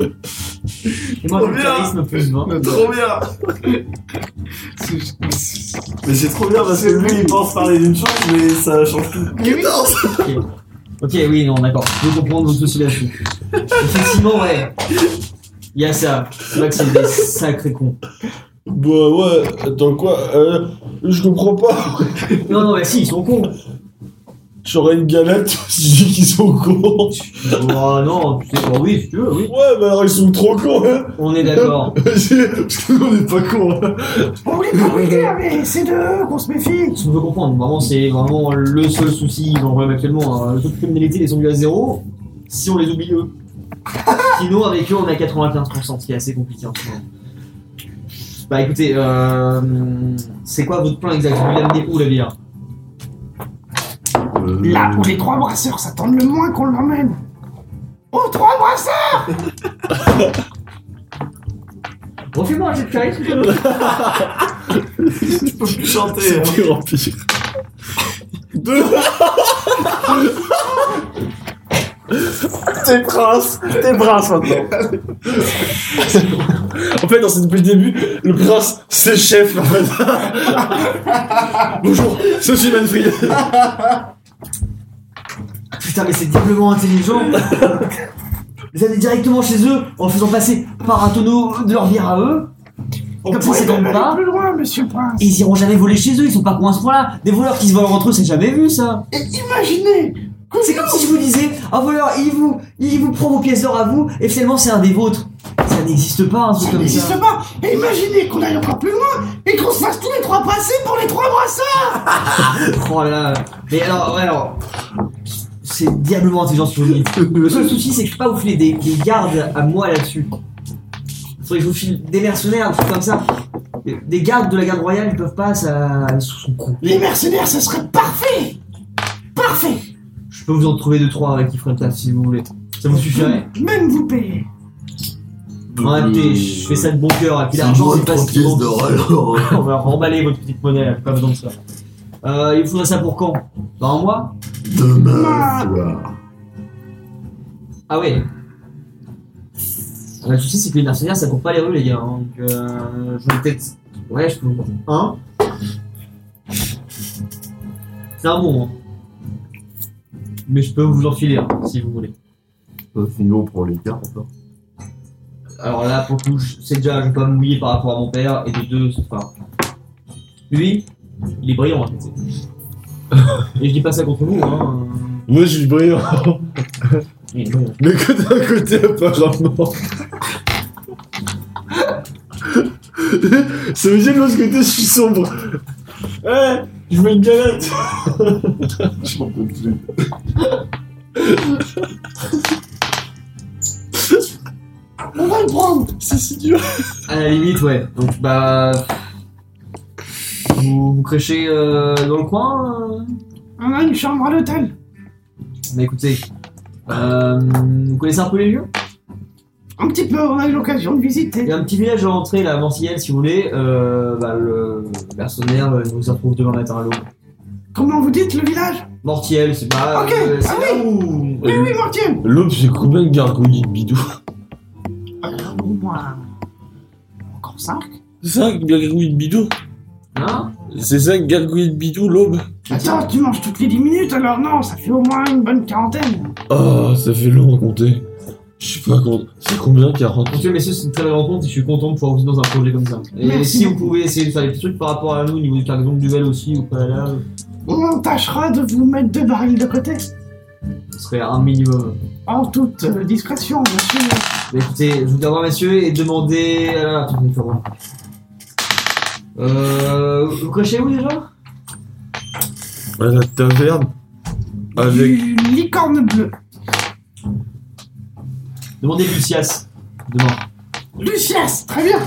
un jet de
Trop bien.
charisme plus 20.
Trop bien Mais c'est trop bien parce que lui, il pense parler d'une chose, mais ça change tout.
Ok, oui, non, d'accord. Je peux comprendre votre souci là-dessus. Effectivement, ouais. Il y a ça. C'est vrai que c'est des sacrés cons.
Bah ouais, attends quoi euh, Je comprends pas.
Non, non, mais si, ils sont cons.
J'aurais une galette si je dis qu'ils sont cons.
Oh non, tu sais quoi, oui, si tu veux, oui.
Ouais, mais alors ils sont trop cons, hein.
On est d'accord.
Parce que nous, on est pas cons, hein.
On les privilèges, Ah, mais c'est d'eux qu'on se méfie.
Ce qu'on veut comprendre, vraiment, c'est vraiment le seul souci dans le problème actuellement. hein. Le taux de criminalité, ils sont mis à zéro si on les oublie eux. Sinon, avec eux, on est à 95%, ce qui est assez compliqué en ce moment. Bah écoutez, euh, c'est quoi votre plan exact Vous voulez l'amener où la hein. bière
Là où les trois brasseurs s'attendent le moins qu'on l'emmène. Aux trois brasseurs
Refais-moi un jet de charisme.
Je peux plus chanter. hein.
pire en pire. Deux.
T'es prince, t'es prince maintenant.
En fait, non, c'est depuis le début, le prince, c'est chef, en fait. Bonjour, je suis Manfred.
Putain, mais c'est doublement intelligent. Vous allez directement chez eux en faisant passer par un tonneau de leur bière à eux. Comme ça, c'est comme pas.
plus loin, monsieur Prince.
Et ils iront jamais voler chez eux, ils sont pas coins à ce point-là. Des voleurs qui se volent entre eux, c'est jamais vu ça.
Et imaginez
C'est comme si je vous disais, un voleur, il vous, il vous prend vos pièces d'or à vous, et finalement c'est un des vôtres. Ça n'existe pas, un truc
Ça
comme
n'existe
ça.
pas Et imaginez qu'on aille encore plus loin et qu'on se fasse tous les trois passer pour les trois brasseurs
Oh là là. Mais alors, ouais, alors. C'est diablement intelligent ce que vous dites. Le seul souci, c'est que je peux pas vous filer des, des gardes à moi là-dessus. Faudrait que je vous file des mercenaires, des trucs comme ça. Des- Des gardes de la garde royale, ils peuvent pas, ça. Ils sont sous coup.
Les mercenaires, ça serait parfait Parfait
Je peux vous en trouver deux, trois avec qui feraient le taf si vous voulez. Ça vous suffirait
Même vous payer
En réalité, je fais ça de bon cœur, et puis
Ça
l'argent,
vaut
c'est pas
trois
ce qui
pièces
compte.
d'or alors.
On va remballer votre petite monnaie, là, pas besoin de ça. Euh, il vous faudrait ça pour quand Dans un mois
Demain soir.
Ah ouais. Le souci, c'est que les mercenaires, ça court pas les rues, les gars. hein. Donc, euh, je vais peut-être. Ouais, je peux. Un. C'est un bon. hein. Mais je peux vous enfiler, hein, si vous voulez.
Euh, Sinon, on prend les cartes. hein.
Alors là, pour le coup, je- c'est déjà, je vais pas me mouiller par rapport à mon père, et de deux, c'est pas. Lui, il est brillant, en fait. Et je dis pas ça contre vous, hein.
Moi, je suis brillant.
Il est brillant.
Mais que d'un côté, apparemment. Ça veut dire que de l'autre côté, je suis sombre. Eh, je veux une galette.
Je m'en peux plus.
On va le prendre
C'est si dur.
À la limite, ouais. Donc, bah. Vous, vous crêchez euh, dans le coin euh
On a une chambre à l'hôtel
Bah écoutez. Euh, vous connaissez un peu les lieux
Un petit peu, on a eu l'occasion de
Il
visiter
y a un petit village à l'entrée, là, à Manciel, si vous voulez. Euh, bah, le mercenaire euh, nous approuve demain matin à l'aube.
Comment vous dites, le village
Mortiel, c'est pas.
Ok,
euh, c'est
ah
là où.
Oui, oui, Mortier
Euh, L'autre, c'est combien de gargouilles de bidou
Alors, au moins... Encore cinq
5 gargouilles de bidou
Hein
C'est 5 gargouilles de bidou l'aube
Attends, tu manges toutes les 10 minutes, alors non, ça fait au moins une bonne quarantaine
Ah, ça fait long à compter. Je sais pas compter. C'est combien 40
Monsieur, messieurs, c'est une très belle rencontre et je suis content de pouvoir vous aider dans un projet comme ça. Et
Merci
si vous
beaucoup.
pouvez essayer de faire des petits trucs par rapport à nous, au niveau du cargaison de duel aussi, ou pas là,
On tâchera de vous mettre deux barils de côté
ce serait un minimum.
En toute euh, discrétion, bien sûr
Bah, écoutez, je vous dis au revoir, messieurs, et demandez. euh, attendez, je vais voir. Euh. Vous crochez où déjà
À la taverne Avec.
Du licorne bleue
Demandez Lucias. Demain.
Lucias Très bien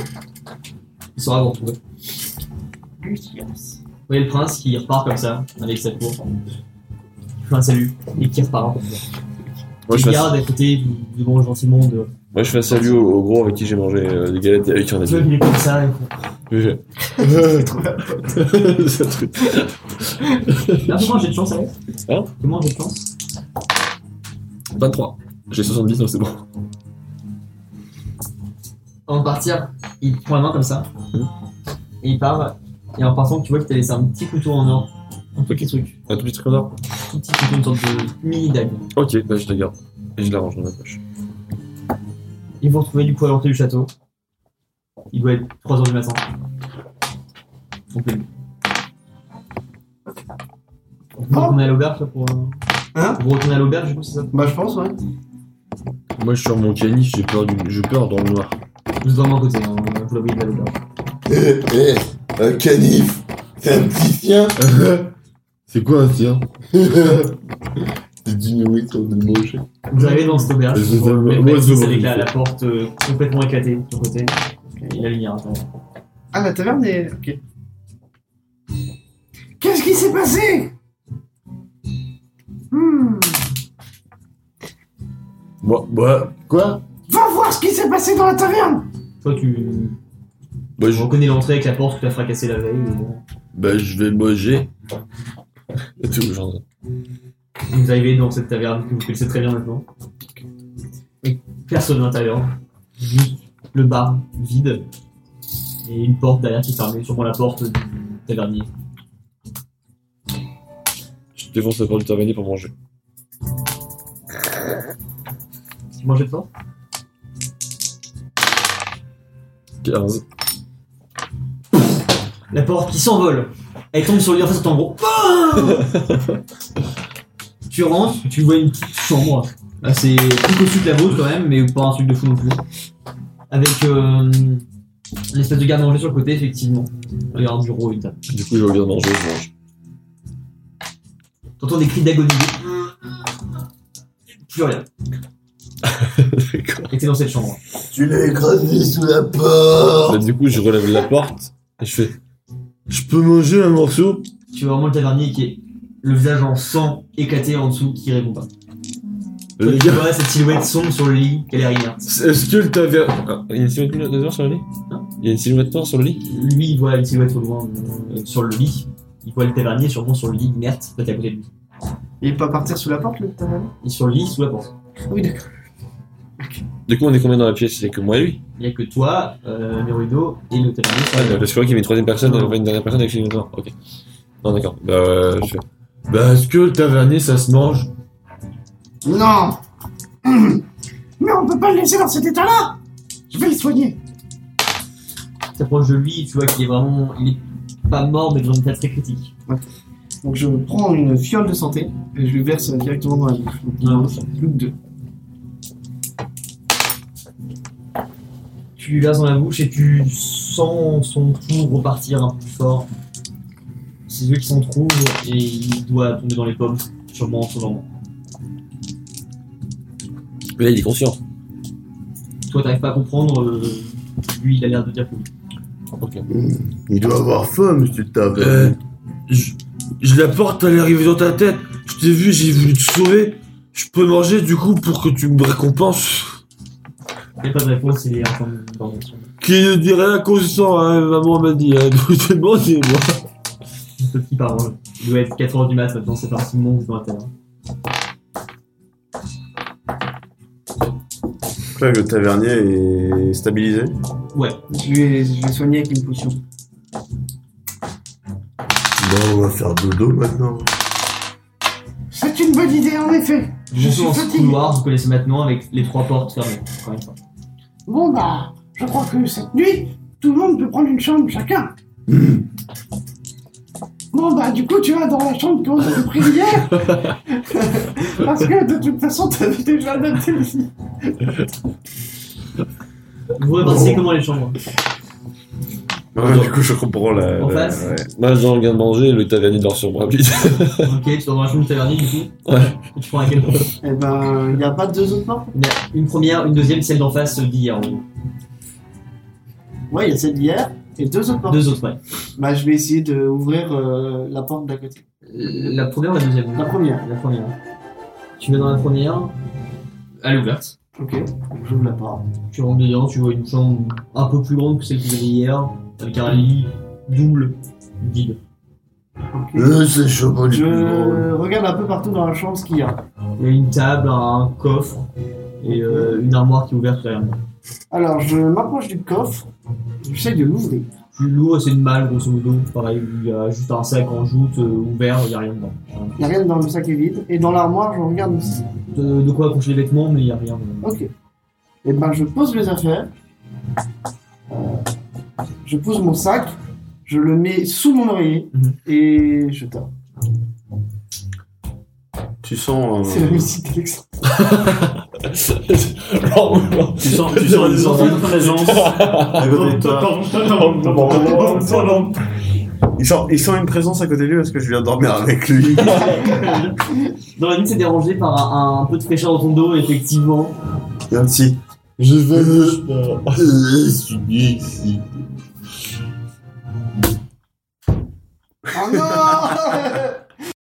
Il saura vous retrouver.
Lucias
Vous voyez le prince qui repart comme ça, avec sa cour. Il fait un salut, et qui repart. comme ça.
Moi,
il
je fais,
regarde à côté, il il demande gentiment de.
moi, je fais un salut au, au gros avec qui j'ai mangé euh, des galettes et avec qui on a
Tu vois,
dit.
il est comme ça, et il fait, Ah, comment j'ai de chance, Alex
Hein
Comment j'ai de chance
23. J'ai 70, donc c'est bon.
Avant de partir, il prend la main comme ça.
Hmm.
Et il part. Et en partant, tu vois qu'il t'a laissé un petit couteau en or. Un petit truc.
Un tout petit truc en or
Un petit couteau, une sorte de mini dague.
Ok, bah je te garde. Et je la range dans ma poche.
Ils vont retrouver du coup à l'entrée du château. Il doit être 3h du matin. En pleine nuit. Vous retournez à l'auberge là, pour. euh,
Hein
Vous retournez à l'auberge, je pense, c'est ça
Bah, je pense, ouais.
Moi, je suis sur mon canif, j'ai peur, du... j'ai peur dans le noir.
Vous êtes vraiment à côté, hein, vous la voyez de la l'auberge.
Eh, eh, un canif, c'est un petit chien.
C'est quoi un tir
c'est du nourrisson de manger.
Vous arrivez dans cette auberge,
Je
vous
vais-
le
moi,
mec,
je vais
c'est avec
vous-
la, la porte euh, complètement éclatée sur le côté. Et la lumière à l'intérieur.
Ah, la taverne est. Ok. Qu'est-ce qui s'est passé Hmm.
Moi, moi,
Quoi
Va voir ce qui s'est passé dans la taverne
Toi, tu
moi,
tu
je...
reconnais l'entrée avec la porte que t'as fracassée la veille. euh,
Bah, je vais manger. Et tout, genre.
Et vous arrivez dans cette taverne que vous connaissez très bien maintenant. Et personne à l'intérieur. Juste le bar vide. Et une porte derrière qui est fermée, sûrement la porte du tavernier.
Je défonce la porte du tavernier pour manger.
Tu manges de force
15.
La porte qui s'envole. Elle tombe sur lui en face de ton gros. Bam tu rentres, tu vois une petite chambre. assez plus au-dessus que la vôtre quand même, mais pas un truc de fou non plus. Avec euh, une espèce de garde-manger sur le côté, effectivement. Il y a un bureau, une table.
Du coup, je reviens manger, je mange.
T'entends des cris d'agonie. Plus rien.
D'accord.
Et t'es dans cette chambre.
Tu l'as écrasé sous la porte.
Bah, du coup, je relève la porte et je fais. Je peux manger un morceau
Tu vois vraiment le tavernier qui est le visage en sang éclaté en dessous qui répond pas. Toi,
Les
tu
gars,
vois cette silhouette sombre sur le lit, qu'elle est inerte.
est-ce que le taverne. Ah, il y a une silhouette noire sur le lit
Hein
Il y a une silhouette noire sur le lit
Lui, il voit une silhouette au loin, euh, sur le lit. Il voit le tavernier sûrement sur le lit inerte, peut-être à côté de lui.
Il peut pas partir sous la porte, le taverne
Il est sur le lit, sous la porte.
Oui, d'accord.
Du coup, on est combien dans la pièce Il y a que moi et lui.
Il n'y a que toi, euh, Merudo et le tavernier. sur
Ah,
la
non,
porte.
parce que je crois qu'il y avait une troisième personne, euh, pas une dernière personne avec une noire. Ok. Non, d'accord. Bah, euh, je fais. Bah, est-ce que le tavernier, ça se mange
Non Hmm. Mais on peut pas le laisser dans cet état-là Je vais le soigner
Tu t'approches de lui, tu vois qu'il est vraiment. Il est pas mort, mais dans un état très critique.
Donc je prends une fiole de santé et je lui verse directement dans la bouche. Donc, il en reste plus que deux.
Tu lui verses dans la bouche et tu sens son pouls repartir un peu plus fort. Ses yeux qui s'entrouvent et il doit tomber dans les pommes, sûrement en ce moment.
Mais là, il est conscient.
Toi, t'arrives pas à comprendre, euh, lui, il a l'air de dire que oui.
Ok.
Il doit avoir faim, monsieur le
Euh,
taverne.
je, je la porte, elle est arrivée dans ta tête. Je t'ai vu, j'ai voulu te sauver. Je peux manger du coup pour que tu me récompenses.
Il n'y a pas de réponse, il est en train de dormir.
Qui ne dirait rien consent, hein, maman m'a dit. Hein, donc c'est bon, c'est moi.
Ce petit parole. Il doit être 4h du mat maintenant, c'est parti, monte dans la taverne.
Là, le tavernier est stabilisé.
Ouais.
Je vais, je vais soigner avec une potion.
Bon, on va faire dodo maintenant.
C'est une bonne idée, en effet
Je suis dans ce
fatigué.
couloir, vous connaissez maintenant, avec les trois portes fermées, encore une fois.
Bon bah, je crois que cette nuit, tout le monde peut prendre une chambre chacun. Hmm. Bon bah, du coup, tu vas dans la chambre qu'on a pris hier. Parce que de toute façon, t'avais déjà adapté le lit.
Vous répartissez
Oh.
comment les chambres
Ouais, du coup, je comprends la.
Euh, Oh.
En
la-
face
ouais.
Moi, j'ai envie Bah, de manger, le tavernier dort sur moi, please.
Ok, tu vas dans la chambre du tavernier du coup
Ouais.
Et Tu prends laquelle
Eh ben, il n'y a pas deux autres portes
Il y a Une première, une deuxième, celle d'en face euh, d'hier en gros.
Ouais, il y a celle d'hier et deux autres portes.
Deux autres, ouais.
Bah, je vais essayer d'ouvrir euh, la porte d'à côté.
Euh, La première ou la deuxième
La première.
La première. Tu vas dans la première, elle est ouverte.
Ok, donc j'ouvre la porte.
Tu rentres dedans, tu vois une chambre un peu plus grande que celle que vous avez hier, avec un lit double, vide.
Ok.
Euh, c'est chaud, mon
Je
dieu.
regarde un peu partout dans la chambre ce qu'il y a.
Il y a une table, un coffre et euh, une armoire qui est ouverte derrière moi.
Alors, je m'approche du coffre, j'essaie de l'ouvrir.
Tu l'ouvres, c'est une malle, grosso modo. Pareil, il y a juste un sac en joute, euh, ouvert, il n'y a rien dedans.
Il n'y a rien dans le sac est vide. Et dans l'armoire, je regarde aussi.
De, de quoi accrocher les vêtements, mais il n'y a rien.
Ok. Et ben, je pose mes affaires. Euh, je pose mon sac. Je le mets sous mon oreiller.
Mhm.
Et je tape.
Tu sens. euh,
C'est la musique d'Alexandre.
Tu sens, tu sens une certaine présence à côté de toi. Il sent, il sent une présence à côté de lui parce que je viens de dormir avec lui.
Dans la nuit, c'est dérangé par un, un peu de fraîcheur dans ton dos, effectivement.
Il y a Un petit.
Je vais me subir ici.
Oh non